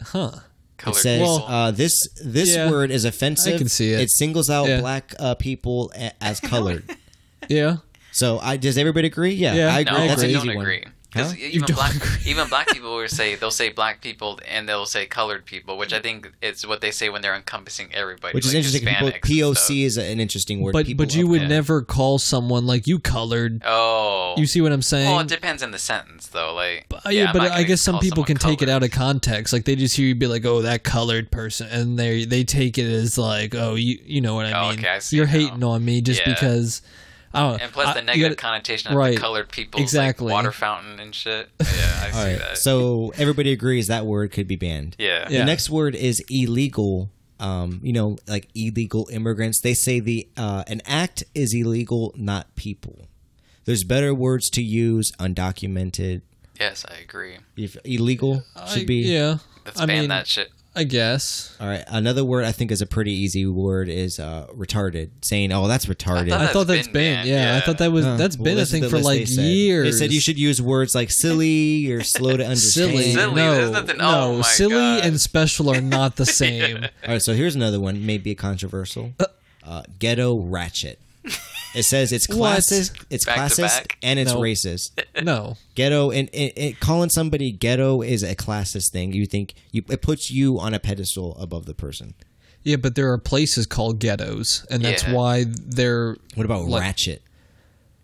[SPEAKER 4] Huh.
[SPEAKER 1] It
[SPEAKER 3] Colored
[SPEAKER 1] says
[SPEAKER 3] people.
[SPEAKER 1] uh, this this
[SPEAKER 4] Yeah.
[SPEAKER 1] word is offensive.
[SPEAKER 4] I can see it.
[SPEAKER 1] It singles out
[SPEAKER 4] Yeah.
[SPEAKER 1] black uh, people a-
[SPEAKER 3] *laughs*
[SPEAKER 1] as colored.
[SPEAKER 4] Yeah.
[SPEAKER 1] so I, does everybody agree? Yeah,
[SPEAKER 4] Yeah.
[SPEAKER 1] I
[SPEAKER 4] No,
[SPEAKER 1] agree.
[SPEAKER 3] no,
[SPEAKER 1] That's
[SPEAKER 3] I
[SPEAKER 1] an
[SPEAKER 3] don't
[SPEAKER 1] easy one.
[SPEAKER 3] agree.
[SPEAKER 1] Huh?
[SPEAKER 3] Because even
[SPEAKER 4] don't
[SPEAKER 3] black,
[SPEAKER 4] agree.
[SPEAKER 3] *laughs* even black people will say they'll say black people and they'll say colored people, which I think it's what they say when they're encompassing everybody,
[SPEAKER 1] Which is
[SPEAKER 3] like
[SPEAKER 1] interesting. 'cause people-
[SPEAKER 3] Hispanics and
[SPEAKER 1] POC
[SPEAKER 3] stuff.
[SPEAKER 1] is an interesting word.
[SPEAKER 4] But
[SPEAKER 1] People
[SPEAKER 4] but you
[SPEAKER 1] of-
[SPEAKER 4] would
[SPEAKER 3] yeah.
[SPEAKER 4] never call someone like you colored.
[SPEAKER 3] Oh,
[SPEAKER 4] You see what I'm saying?
[SPEAKER 3] Well, it depends on the sentence, though. Like,
[SPEAKER 4] Uh, yeah,
[SPEAKER 3] I'm
[SPEAKER 4] but
[SPEAKER 3] not
[SPEAKER 4] I
[SPEAKER 3] gonna
[SPEAKER 4] guess some
[SPEAKER 3] call
[SPEAKER 4] people
[SPEAKER 3] someone
[SPEAKER 4] can take it
[SPEAKER 3] colored.
[SPEAKER 4] out of context. Like they just hear you be like, "Oh, that colored person," and they they take it as like, "Oh, you you know what I
[SPEAKER 3] Oh,
[SPEAKER 4] mean?
[SPEAKER 3] okay, I see
[SPEAKER 4] You're
[SPEAKER 3] now.
[SPEAKER 4] hating on me just
[SPEAKER 3] Yeah.
[SPEAKER 4] because." I don't know.
[SPEAKER 3] And plus
[SPEAKER 4] I-
[SPEAKER 3] the
[SPEAKER 4] you
[SPEAKER 3] negative
[SPEAKER 4] gotta-
[SPEAKER 3] connotation of
[SPEAKER 4] right.
[SPEAKER 3] the colored people's
[SPEAKER 4] Exactly.
[SPEAKER 3] like, water fountain and shit.
[SPEAKER 4] *laughs*
[SPEAKER 3] Yeah, I see
[SPEAKER 1] All right.
[SPEAKER 3] that.
[SPEAKER 1] So everybody agrees that word could be banned.
[SPEAKER 3] yeah.
[SPEAKER 4] Yeah.
[SPEAKER 1] The next word is illegal. Um, you know, like illegal immigrants. They say the uh, an act is illegal, not people. There's better words to use. Undocumented.
[SPEAKER 3] Yes, I agree.
[SPEAKER 1] If illegal
[SPEAKER 4] I-
[SPEAKER 1] should be.
[SPEAKER 4] yeah.
[SPEAKER 3] Let's
[SPEAKER 4] I
[SPEAKER 3] ban
[SPEAKER 4] mean,
[SPEAKER 3] that shit.
[SPEAKER 4] I guess.
[SPEAKER 1] All right. Another word I think is a pretty easy word is uh, retarded. Saying, "Oh, that's retarded."
[SPEAKER 3] thought
[SPEAKER 4] I
[SPEAKER 3] That's
[SPEAKER 4] thought that's
[SPEAKER 3] been
[SPEAKER 4] banned.
[SPEAKER 3] banned,
[SPEAKER 4] Yeah, I
[SPEAKER 3] yeah.
[SPEAKER 4] thought that was
[SPEAKER 1] Uh,
[SPEAKER 4] that's
[SPEAKER 1] well,
[SPEAKER 4] been a
[SPEAKER 1] this is
[SPEAKER 4] thing
[SPEAKER 1] the
[SPEAKER 4] for
[SPEAKER 1] list they
[SPEAKER 4] like
[SPEAKER 1] said.
[SPEAKER 4] years.
[SPEAKER 1] They said you should use words like silly or slow to understand.
[SPEAKER 4] *laughs* silly.
[SPEAKER 3] Silly,
[SPEAKER 4] no,
[SPEAKER 3] there's nothing-
[SPEAKER 4] no,
[SPEAKER 3] oh my
[SPEAKER 4] silly
[SPEAKER 3] God.
[SPEAKER 4] and special are not
[SPEAKER 3] *laughs*
[SPEAKER 4] the same.
[SPEAKER 1] All right, so here's another one, maybe controversial. Uh, ghetto ratchet. It says it's
[SPEAKER 4] What?
[SPEAKER 1] classist, it's
[SPEAKER 3] Back to
[SPEAKER 1] classist,
[SPEAKER 3] back?
[SPEAKER 1] and it's
[SPEAKER 4] No.
[SPEAKER 1] racist.
[SPEAKER 4] No,
[SPEAKER 1] Ghetto and, and, and calling somebody ghetto is a classist thing. You think you it puts you on a pedestal above the person.
[SPEAKER 4] yeah, but there are places called ghettos, and that's
[SPEAKER 3] Yeah.
[SPEAKER 4] why they're.
[SPEAKER 1] What about
[SPEAKER 4] Like-
[SPEAKER 1] ratchet?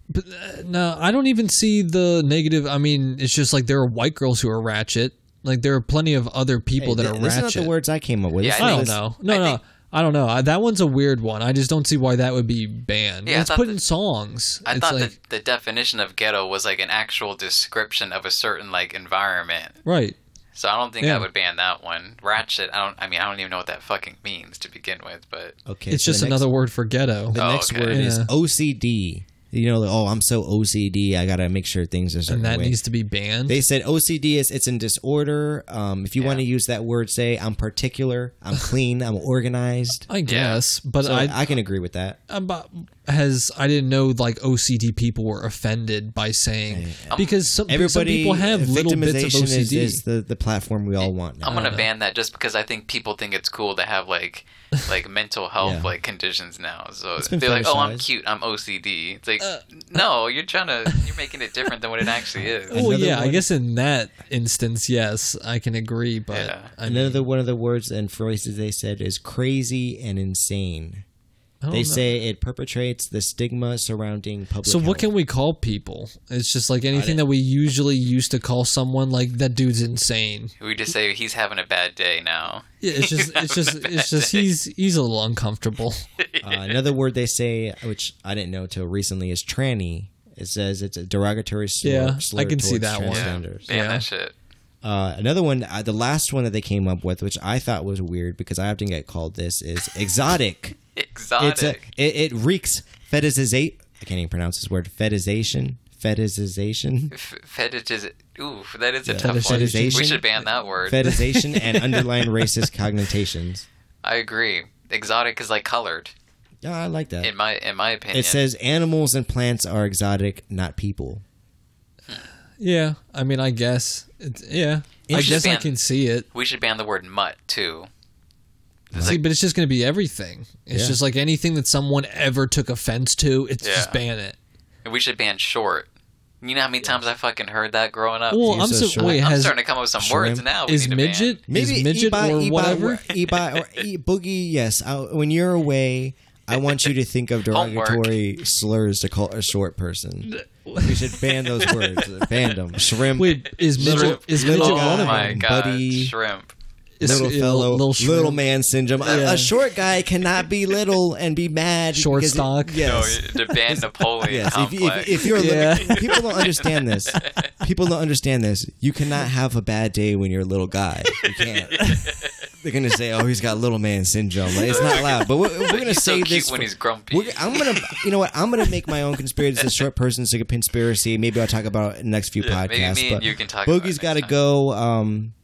[SPEAKER 4] But, uh, no, I don't even see the negative. I mean, it's just like there are white girls who are ratchet. Like there are plenty of other people that
[SPEAKER 1] Th-
[SPEAKER 4] are
[SPEAKER 1] this
[SPEAKER 4] ratchet.
[SPEAKER 1] is not the words I came up with.
[SPEAKER 3] Yeah,
[SPEAKER 1] This
[SPEAKER 3] I
[SPEAKER 4] I
[SPEAKER 1] is-
[SPEAKER 4] don't
[SPEAKER 3] think-
[SPEAKER 4] know. No,
[SPEAKER 3] I
[SPEAKER 4] no,
[SPEAKER 3] think-
[SPEAKER 4] I don't know. I, that one's a weird one. I just don't see why that would be banned.
[SPEAKER 3] Yeah, I
[SPEAKER 4] it's
[SPEAKER 3] thought
[SPEAKER 4] put in
[SPEAKER 3] that-
[SPEAKER 4] songs.
[SPEAKER 3] I
[SPEAKER 4] it's
[SPEAKER 3] thought
[SPEAKER 4] like
[SPEAKER 3] that the definition of ghetto was like an actual description of a certain like environment.
[SPEAKER 4] right.
[SPEAKER 3] So I don't think
[SPEAKER 4] Yeah.
[SPEAKER 3] I would ban that one. Ratchet, I don't I mean I don't even know what that fucking means to begin with, but
[SPEAKER 1] Okay,
[SPEAKER 4] It's
[SPEAKER 1] so
[SPEAKER 4] just
[SPEAKER 1] the next-
[SPEAKER 4] another word for ghetto.
[SPEAKER 1] The
[SPEAKER 3] Oh,
[SPEAKER 1] next
[SPEAKER 3] okay.
[SPEAKER 1] word is
[SPEAKER 4] Yeah.
[SPEAKER 1] OCD. You know, like, oh, I'm so OCD. I gotta make sure things are certain
[SPEAKER 4] and that
[SPEAKER 1] way.
[SPEAKER 4] needs to be banned.
[SPEAKER 1] They said OCD is it's in disorder. Um, if you
[SPEAKER 3] Yeah.
[SPEAKER 1] want to use that word, say I'm particular, I'm clean, I'm organized.
[SPEAKER 4] I guess, *laughs* but
[SPEAKER 1] So
[SPEAKER 4] I,
[SPEAKER 1] I, can agree with that.
[SPEAKER 4] I'm about- has I didn't know like OCD people were offended by saying because some, some
[SPEAKER 1] Everybody, uh,
[SPEAKER 4] people have little bits
[SPEAKER 1] victimization
[SPEAKER 4] of OCD.
[SPEAKER 1] Is, is the, the platform we all want now.
[SPEAKER 3] I'm gonna ban that just because I think people think it's cool to have like like mental health
[SPEAKER 1] Yeah.
[SPEAKER 3] like conditions now. So
[SPEAKER 1] been
[SPEAKER 3] they're like, "Oh, I'm
[SPEAKER 1] fetishized.
[SPEAKER 3] cute. I'm OCD." It's like, no, you're trying to you're making it different than what it actually is.
[SPEAKER 4] well,
[SPEAKER 1] Another
[SPEAKER 4] Oh, yeah, I
[SPEAKER 1] one-
[SPEAKER 4] guess in that instance, yes, I can agree. But
[SPEAKER 3] Yeah.
[SPEAKER 4] I mean,
[SPEAKER 1] Another one of the words and phrases they said is crazy and insane.
[SPEAKER 4] I don't
[SPEAKER 1] They
[SPEAKER 4] know.
[SPEAKER 1] say it perpetrates the stigma surrounding public.
[SPEAKER 4] So what
[SPEAKER 1] health.
[SPEAKER 4] can we call people? It's just like anything that we usually used to call someone like that dude's insane.
[SPEAKER 3] We just say he's having a bad day now.
[SPEAKER 4] Yeah, it's just it's just it's
[SPEAKER 1] *laughs*
[SPEAKER 4] just he's he's a little uncomfortable.
[SPEAKER 1] Uh, another word they say, which I didn't know till recently, is tranny. It says it's a derogatory slur.
[SPEAKER 4] Yeah,
[SPEAKER 1] slur
[SPEAKER 4] I can see
[SPEAKER 1] towards
[SPEAKER 4] that one. Yeah.
[SPEAKER 1] transgenders.
[SPEAKER 3] Ban
[SPEAKER 4] Yeah.
[SPEAKER 3] that shit.
[SPEAKER 1] Uh, another one, uh, the last one that they came up with, which I thought was weird because I often get called this,
[SPEAKER 3] *laughs*
[SPEAKER 1] is exotic.
[SPEAKER 3] Exotic.
[SPEAKER 1] it's a, it, it reeks fetishization. I can't even pronounce this word. Fetishization. Fetishization.
[SPEAKER 3] F- fetichiz- Ooh, that is a tough one. We
[SPEAKER 1] Fetishization?
[SPEAKER 3] should ban that word.
[SPEAKER 1] Fetishization
[SPEAKER 3] *laughs*
[SPEAKER 1] and underlying racist cognitions.
[SPEAKER 3] I agree. Exotic is like colored,
[SPEAKER 1] Yeah, I like that.
[SPEAKER 3] in my in my opinion.
[SPEAKER 1] It says animals and plants are exotic, not people.
[SPEAKER 4] Yeah, I mean, I guess it's, yeah, I
[SPEAKER 3] Interesting.
[SPEAKER 4] guess I can see it.
[SPEAKER 3] we should ban the word mutt too.
[SPEAKER 4] See, but it's just going to be everything. It's
[SPEAKER 1] Yeah.
[SPEAKER 4] just like anything that someone ever took offense to. It's just
[SPEAKER 3] Yeah.
[SPEAKER 4] ban it.
[SPEAKER 3] And we should ban short. You know how many times I fucking heard that growing up.
[SPEAKER 4] Well,
[SPEAKER 1] you're
[SPEAKER 4] I'm
[SPEAKER 1] so
[SPEAKER 4] so,
[SPEAKER 1] sure.
[SPEAKER 4] wait.
[SPEAKER 1] it
[SPEAKER 3] I'm
[SPEAKER 4] Has
[SPEAKER 3] starting to come up with some
[SPEAKER 1] shrimp
[SPEAKER 3] words now. We
[SPEAKER 4] is
[SPEAKER 3] need to ban.
[SPEAKER 4] midget is
[SPEAKER 1] Maybe
[SPEAKER 4] midget
[SPEAKER 1] Ibai,
[SPEAKER 4] or
[SPEAKER 1] Ibai, *laughs*
[SPEAKER 4] whatever?
[SPEAKER 1] Ibai or e, Boogie. Yes, I, when you're away, I want you to think of
[SPEAKER 3] Homework.
[SPEAKER 1] derogatory slurs to call a short person. We should ban
[SPEAKER 3] *laughs*
[SPEAKER 1] those words. ban them. Shrimp.
[SPEAKER 4] Wait, is midget
[SPEAKER 1] Shrimp.
[SPEAKER 4] is midget
[SPEAKER 1] Little
[SPEAKER 4] one
[SPEAKER 3] Oh
[SPEAKER 4] of
[SPEAKER 3] my
[SPEAKER 4] them?
[SPEAKER 3] god,
[SPEAKER 1] buddy.
[SPEAKER 3] shrimp.
[SPEAKER 4] Is-
[SPEAKER 1] little
[SPEAKER 4] yeah,
[SPEAKER 1] fellow, little,
[SPEAKER 4] shrimp.
[SPEAKER 1] man syndrome. A- A,
[SPEAKER 4] Yeah.
[SPEAKER 1] short guy cannot be little and be mad.
[SPEAKER 4] Short
[SPEAKER 1] because he-
[SPEAKER 4] stock?
[SPEAKER 1] *laughs* yes.
[SPEAKER 3] No, to ban Napoleon
[SPEAKER 1] Yes, if, if,
[SPEAKER 3] complex.
[SPEAKER 1] if you're
[SPEAKER 4] Yeah.
[SPEAKER 1] little, *laughs* people don't understand this. People don't understand this. You cannot have a bad day when you're a little guy. You
[SPEAKER 3] *laughs*
[SPEAKER 1] can't. They're gonna say, "Oh, he's got little man syndrome." Like, it's not allowed. But we're, we're gonna
[SPEAKER 3] he's so
[SPEAKER 1] say
[SPEAKER 3] cute
[SPEAKER 1] this
[SPEAKER 3] when
[SPEAKER 1] for-
[SPEAKER 3] he's grumpy.
[SPEAKER 1] we're- I'm gonna, you know what? I'm gonna make my own conspiracy. The short person's a conspiracy. Maybe I'll talk about it in the next few podcasts.
[SPEAKER 3] Yeah, maybe me and
[SPEAKER 1] but
[SPEAKER 3] you can talk about it
[SPEAKER 1] Boogie's
[SPEAKER 3] next
[SPEAKER 1] got to
[SPEAKER 3] time.
[SPEAKER 1] go. Um,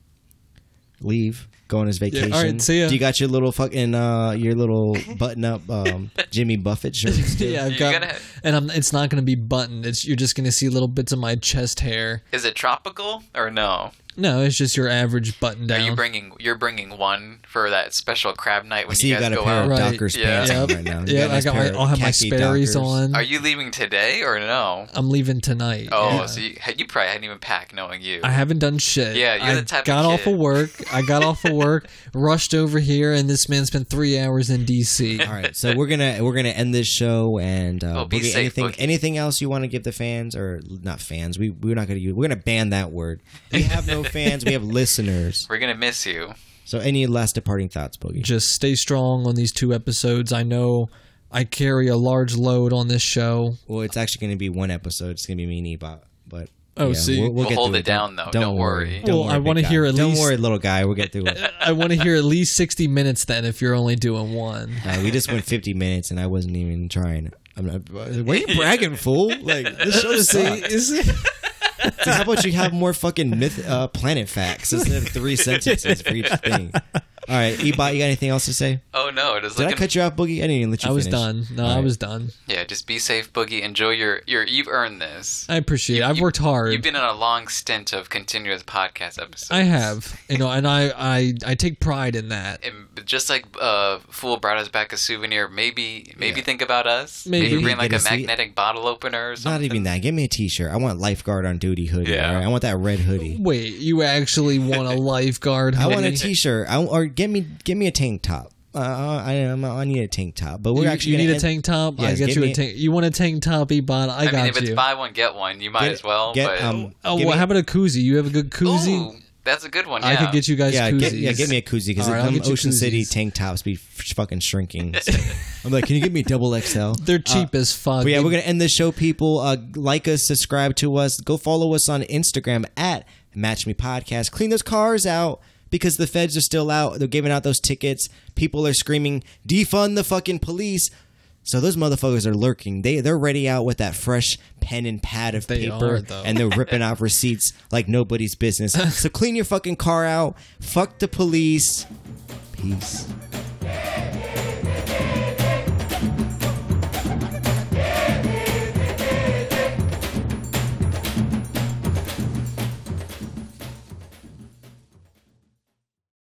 [SPEAKER 1] leave. Go on his vacation.
[SPEAKER 4] all right, see ya.
[SPEAKER 1] Do you got your little fucking uh, your little button up
[SPEAKER 3] *laughs*
[SPEAKER 1] um, Jimmy Buffett shirts? Too?
[SPEAKER 4] *laughs* Yeah, I've
[SPEAKER 3] You
[SPEAKER 4] got,
[SPEAKER 3] gotta-
[SPEAKER 4] and I'm, it's not going to be buttoned. It's you're just going to see little bits of my chest hair.
[SPEAKER 3] Is it tropical or no?
[SPEAKER 4] No, it's just your average button down.
[SPEAKER 3] Are you bringing you're bringing one for that special crab night when
[SPEAKER 1] See,
[SPEAKER 3] you
[SPEAKER 1] you
[SPEAKER 3] guys
[SPEAKER 1] got a
[SPEAKER 3] go
[SPEAKER 1] pair
[SPEAKER 3] out?
[SPEAKER 1] of
[SPEAKER 4] Right.
[SPEAKER 1] Dockers
[SPEAKER 3] Yeah.
[SPEAKER 1] pants on
[SPEAKER 4] Yep.
[SPEAKER 1] right now. You
[SPEAKER 4] yeah,
[SPEAKER 1] a
[SPEAKER 4] I
[SPEAKER 1] nice
[SPEAKER 4] got my.
[SPEAKER 1] pair of
[SPEAKER 4] I'll have my
[SPEAKER 1] khaki
[SPEAKER 4] Sperry's
[SPEAKER 1] Dockers.
[SPEAKER 4] on.
[SPEAKER 3] Are you leaving today or no?
[SPEAKER 4] I'm leaving tonight.
[SPEAKER 3] Oh,
[SPEAKER 4] yeah.
[SPEAKER 3] so you, you probably hadn't even packed knowing you.
[SPEAKER 4] I haven't done shit.
[SPEAKER 3] Yeah, you're
[SPEAKER 4] I
[SPEAKER 3] the type of
[SPEAKER 4] got off
[SPEAKER 3] kid.
[SPEAKER 4] of work. I got off of
[SPEAKER 3] *laughs*
[SPEAKER 4] work, rushed over here, and this man spent three hours in
[SPEAKER 3] *laughs*
[SPEAKER 4] D.C.
[SPEAKER 1] All right, so we're gonna we're gonna end this show and uh,
[SPEAKER 3] Oh, be
[SPEAKER 1] Boogie,
[SPEAKER 3] safe,
[SPEAKER 1] anything
[SPEAKER 3] Boogie.
[SPEAKER 1] anything else you want to give the fans or not fans? We we're not gonna use we're gonna ban that word. We have
[SPEAKER 3] *laughs*
[SPEAKER 1] no fans. we have listeners.
[SPEAKER 3] We're gonna miss you.
[SPEAKER 1] So any last departing thoughts, Boogie?
[SPEAKER 4] Just stay strong on these two episodes. I know I carry a large load on this show.
[SPEAKER 1] Well, it's actually going to be one episode. It's going to be me and Ebot. But
[SPEAKER 4] Oh, see.
[SPEAKER 1] we'll,
[SPEAKER 3] We'll
[SPEAKER 1] get
[SPEAKER 3] hold
[SPEAKER 1] through
[SPEAKER 3] it down, though. Don't worry.
[SPEAKER 1] Don't
[SPEAKER 4] Well, I
[SPEAKER 1] big
[SPEAKER 4] wanna
[SPEAKER 1] guy.
[SPEAKER 4] hear at
[SPEAKER 1] Don't
[SPEAKER 4] least-
[SPEAKER 1] worry, little guy. We'll get through it.
[SPEAKER 4] I want to hear at least 60 minutes then if you're only doing one.
[SPEAKER 1] Uh, we
[SPEAKER 3] *laughs*
[SPEAKER 1] just went 50 minutes, and I wasn't even trying. I'm not, were
[SPEAKER 3] *laughs*
[SPEAKER 1] you bragging, fool? Like this show
[SPEAKER 4] See,
[SPEAKER 1] sucks.
[SPEAKER 4] is it?
[SPEAKER 1] *laughs* So how about you have more fucking myth, uh, planet facts instead of three sentences for each thing? All right, Ebot, you got anything else to say?
[SPEAKER 3] Oh no, it is
[SPEAKER 1] Did I
[SPEAKER 3] looking.
[SPEAKER 1] cut you off, Boogie? I didn't even let you.
[SPEAKER 4] I was
[SPEAKER 1] finish.
[SPEAKER 4] done. No, I
[SPEAKER 1] All right.
[SPEAKER 4] was done.
[SPEAKER 3] Yeah, just be safe, Boogie. Enjoy your your. You've earned this.
[SPEAKER 4] I appreciate it. I've
[SPEAKER 3] You-
[SPEAKER 4] worked hard.
[SPEAKER 3] You've been on a long stint of continuous podcast episodes.
[SPEAKER 4] I have, you know, and I, I, I take pride in
[SPEAKER 3] *laughs*
[SPEAKER 4] that.
[SPEAKER 3] And just like uh, Fool brought us back a souvenir, maybe maybe think about us.
[SPEAKER 4] Maybe.
[SPEAKER 3] bring like
[SPEAKER 1] Get
[SPEAKER 3] a
[SPEAKER 1] a seat.
[SPEAKER 3] magnetic bottle opener or
[SPEAKER 1] Not
[SPEAKER 3] something.
[SPEAKER 1] even that. Give me a T-shirt. I want lifeguard on duty hoodie.
[SPEAKER 3] Yeah.
[SPEAKER 1] all right? I want that red hoodie.
[SPEAKER 4] Wait, you actually
[SPEAKER 3] *laughs*
[SPEAKER 4] want a lifeguard?
[SPEAKER 1] I
[SPEAKER 4] Honey?
[SPEAKER 1] want a T-shirt. I, or get me get me a tank top. Uh, I, I I need a tank top. But we're
[SPEAKER 4] you,
[SPEAKER 1] actually
[SPEAKER 4] you
[SPEAKER 1] gonna
[SPEAKER 4] need a
[SPEAKER 1] end-
[SPEAKER 4] tank top. I
[SPEAKER 1] Yes,
[SPEAKER 4] get
[SPEAKER 1] give
[SPEAKER 4] you
[SPEAKER 1] me-
[SPEAKER 4] a tank. You want a tank top, Ebon? I,
[SPEAKER 3] I,
[SPEAKER 4] got
[SPEAKER 3] mean, if it's
[SPEAKER 4] you.
[SPEAKER 3] buy one get one, you might
[SPEAKER 1] Get-
[SPEAKER 3] as well.
[SPEAKER 1] get,
[SPEAKER 3] but
[SPEAKER 1] um,
[SPEAKER 4] oh,
[SPEAKER 1] give
[SPEAKER 4] well,
[SPEAKER 1] me-
[SPEAKER 4] how about a koozie? You have a good koozie.
[SPEAKER 3] ooh, that's a good one. Yeah.
[SPEAKER 4] I could get you guys
[SPEAKER 1] yeah,
[SPEAKER 4] koozies.
[SPEAKER 1] get, yeah, get me a koozie because
[SPEAKER 4] All right, I'll
[SPEAKER 1] them
[SPEAKER 4] get you
[SPEAKER 1] Ocean City
[SPEAKER 4] koozies.
[SPEAKER 1] tank tops be f- fucking
[SPEAKER 4] *laughs*
[SPEAKER 1] shrinking. So, I'm like, can you get me double XL?
[SPEAKER 4] They're cheap as fuck.
[SPEAKER 1] Uh, But yeah, we're gonna end the show, people. Uh, like us, subscribe to us, go follow us on Instagram at Match Me Podcast. Clean those cars out because the feds are still out. They're giving out those tickets. People are screaming, defund the fucking police. So those motherfuckers are lurking. They they're ready out with that fresh pen and pad of
[SPEAKER 4] They
[SPEAKER 1] paper,
[SPEAKER 4] are, though.
[SPEAKER 1] and they're ripping off receipts like nobody's
[SPEAKER 4] *laughs*
[SPEAKER 1] business. so clean your fucking car out. Fuck the police. Peace.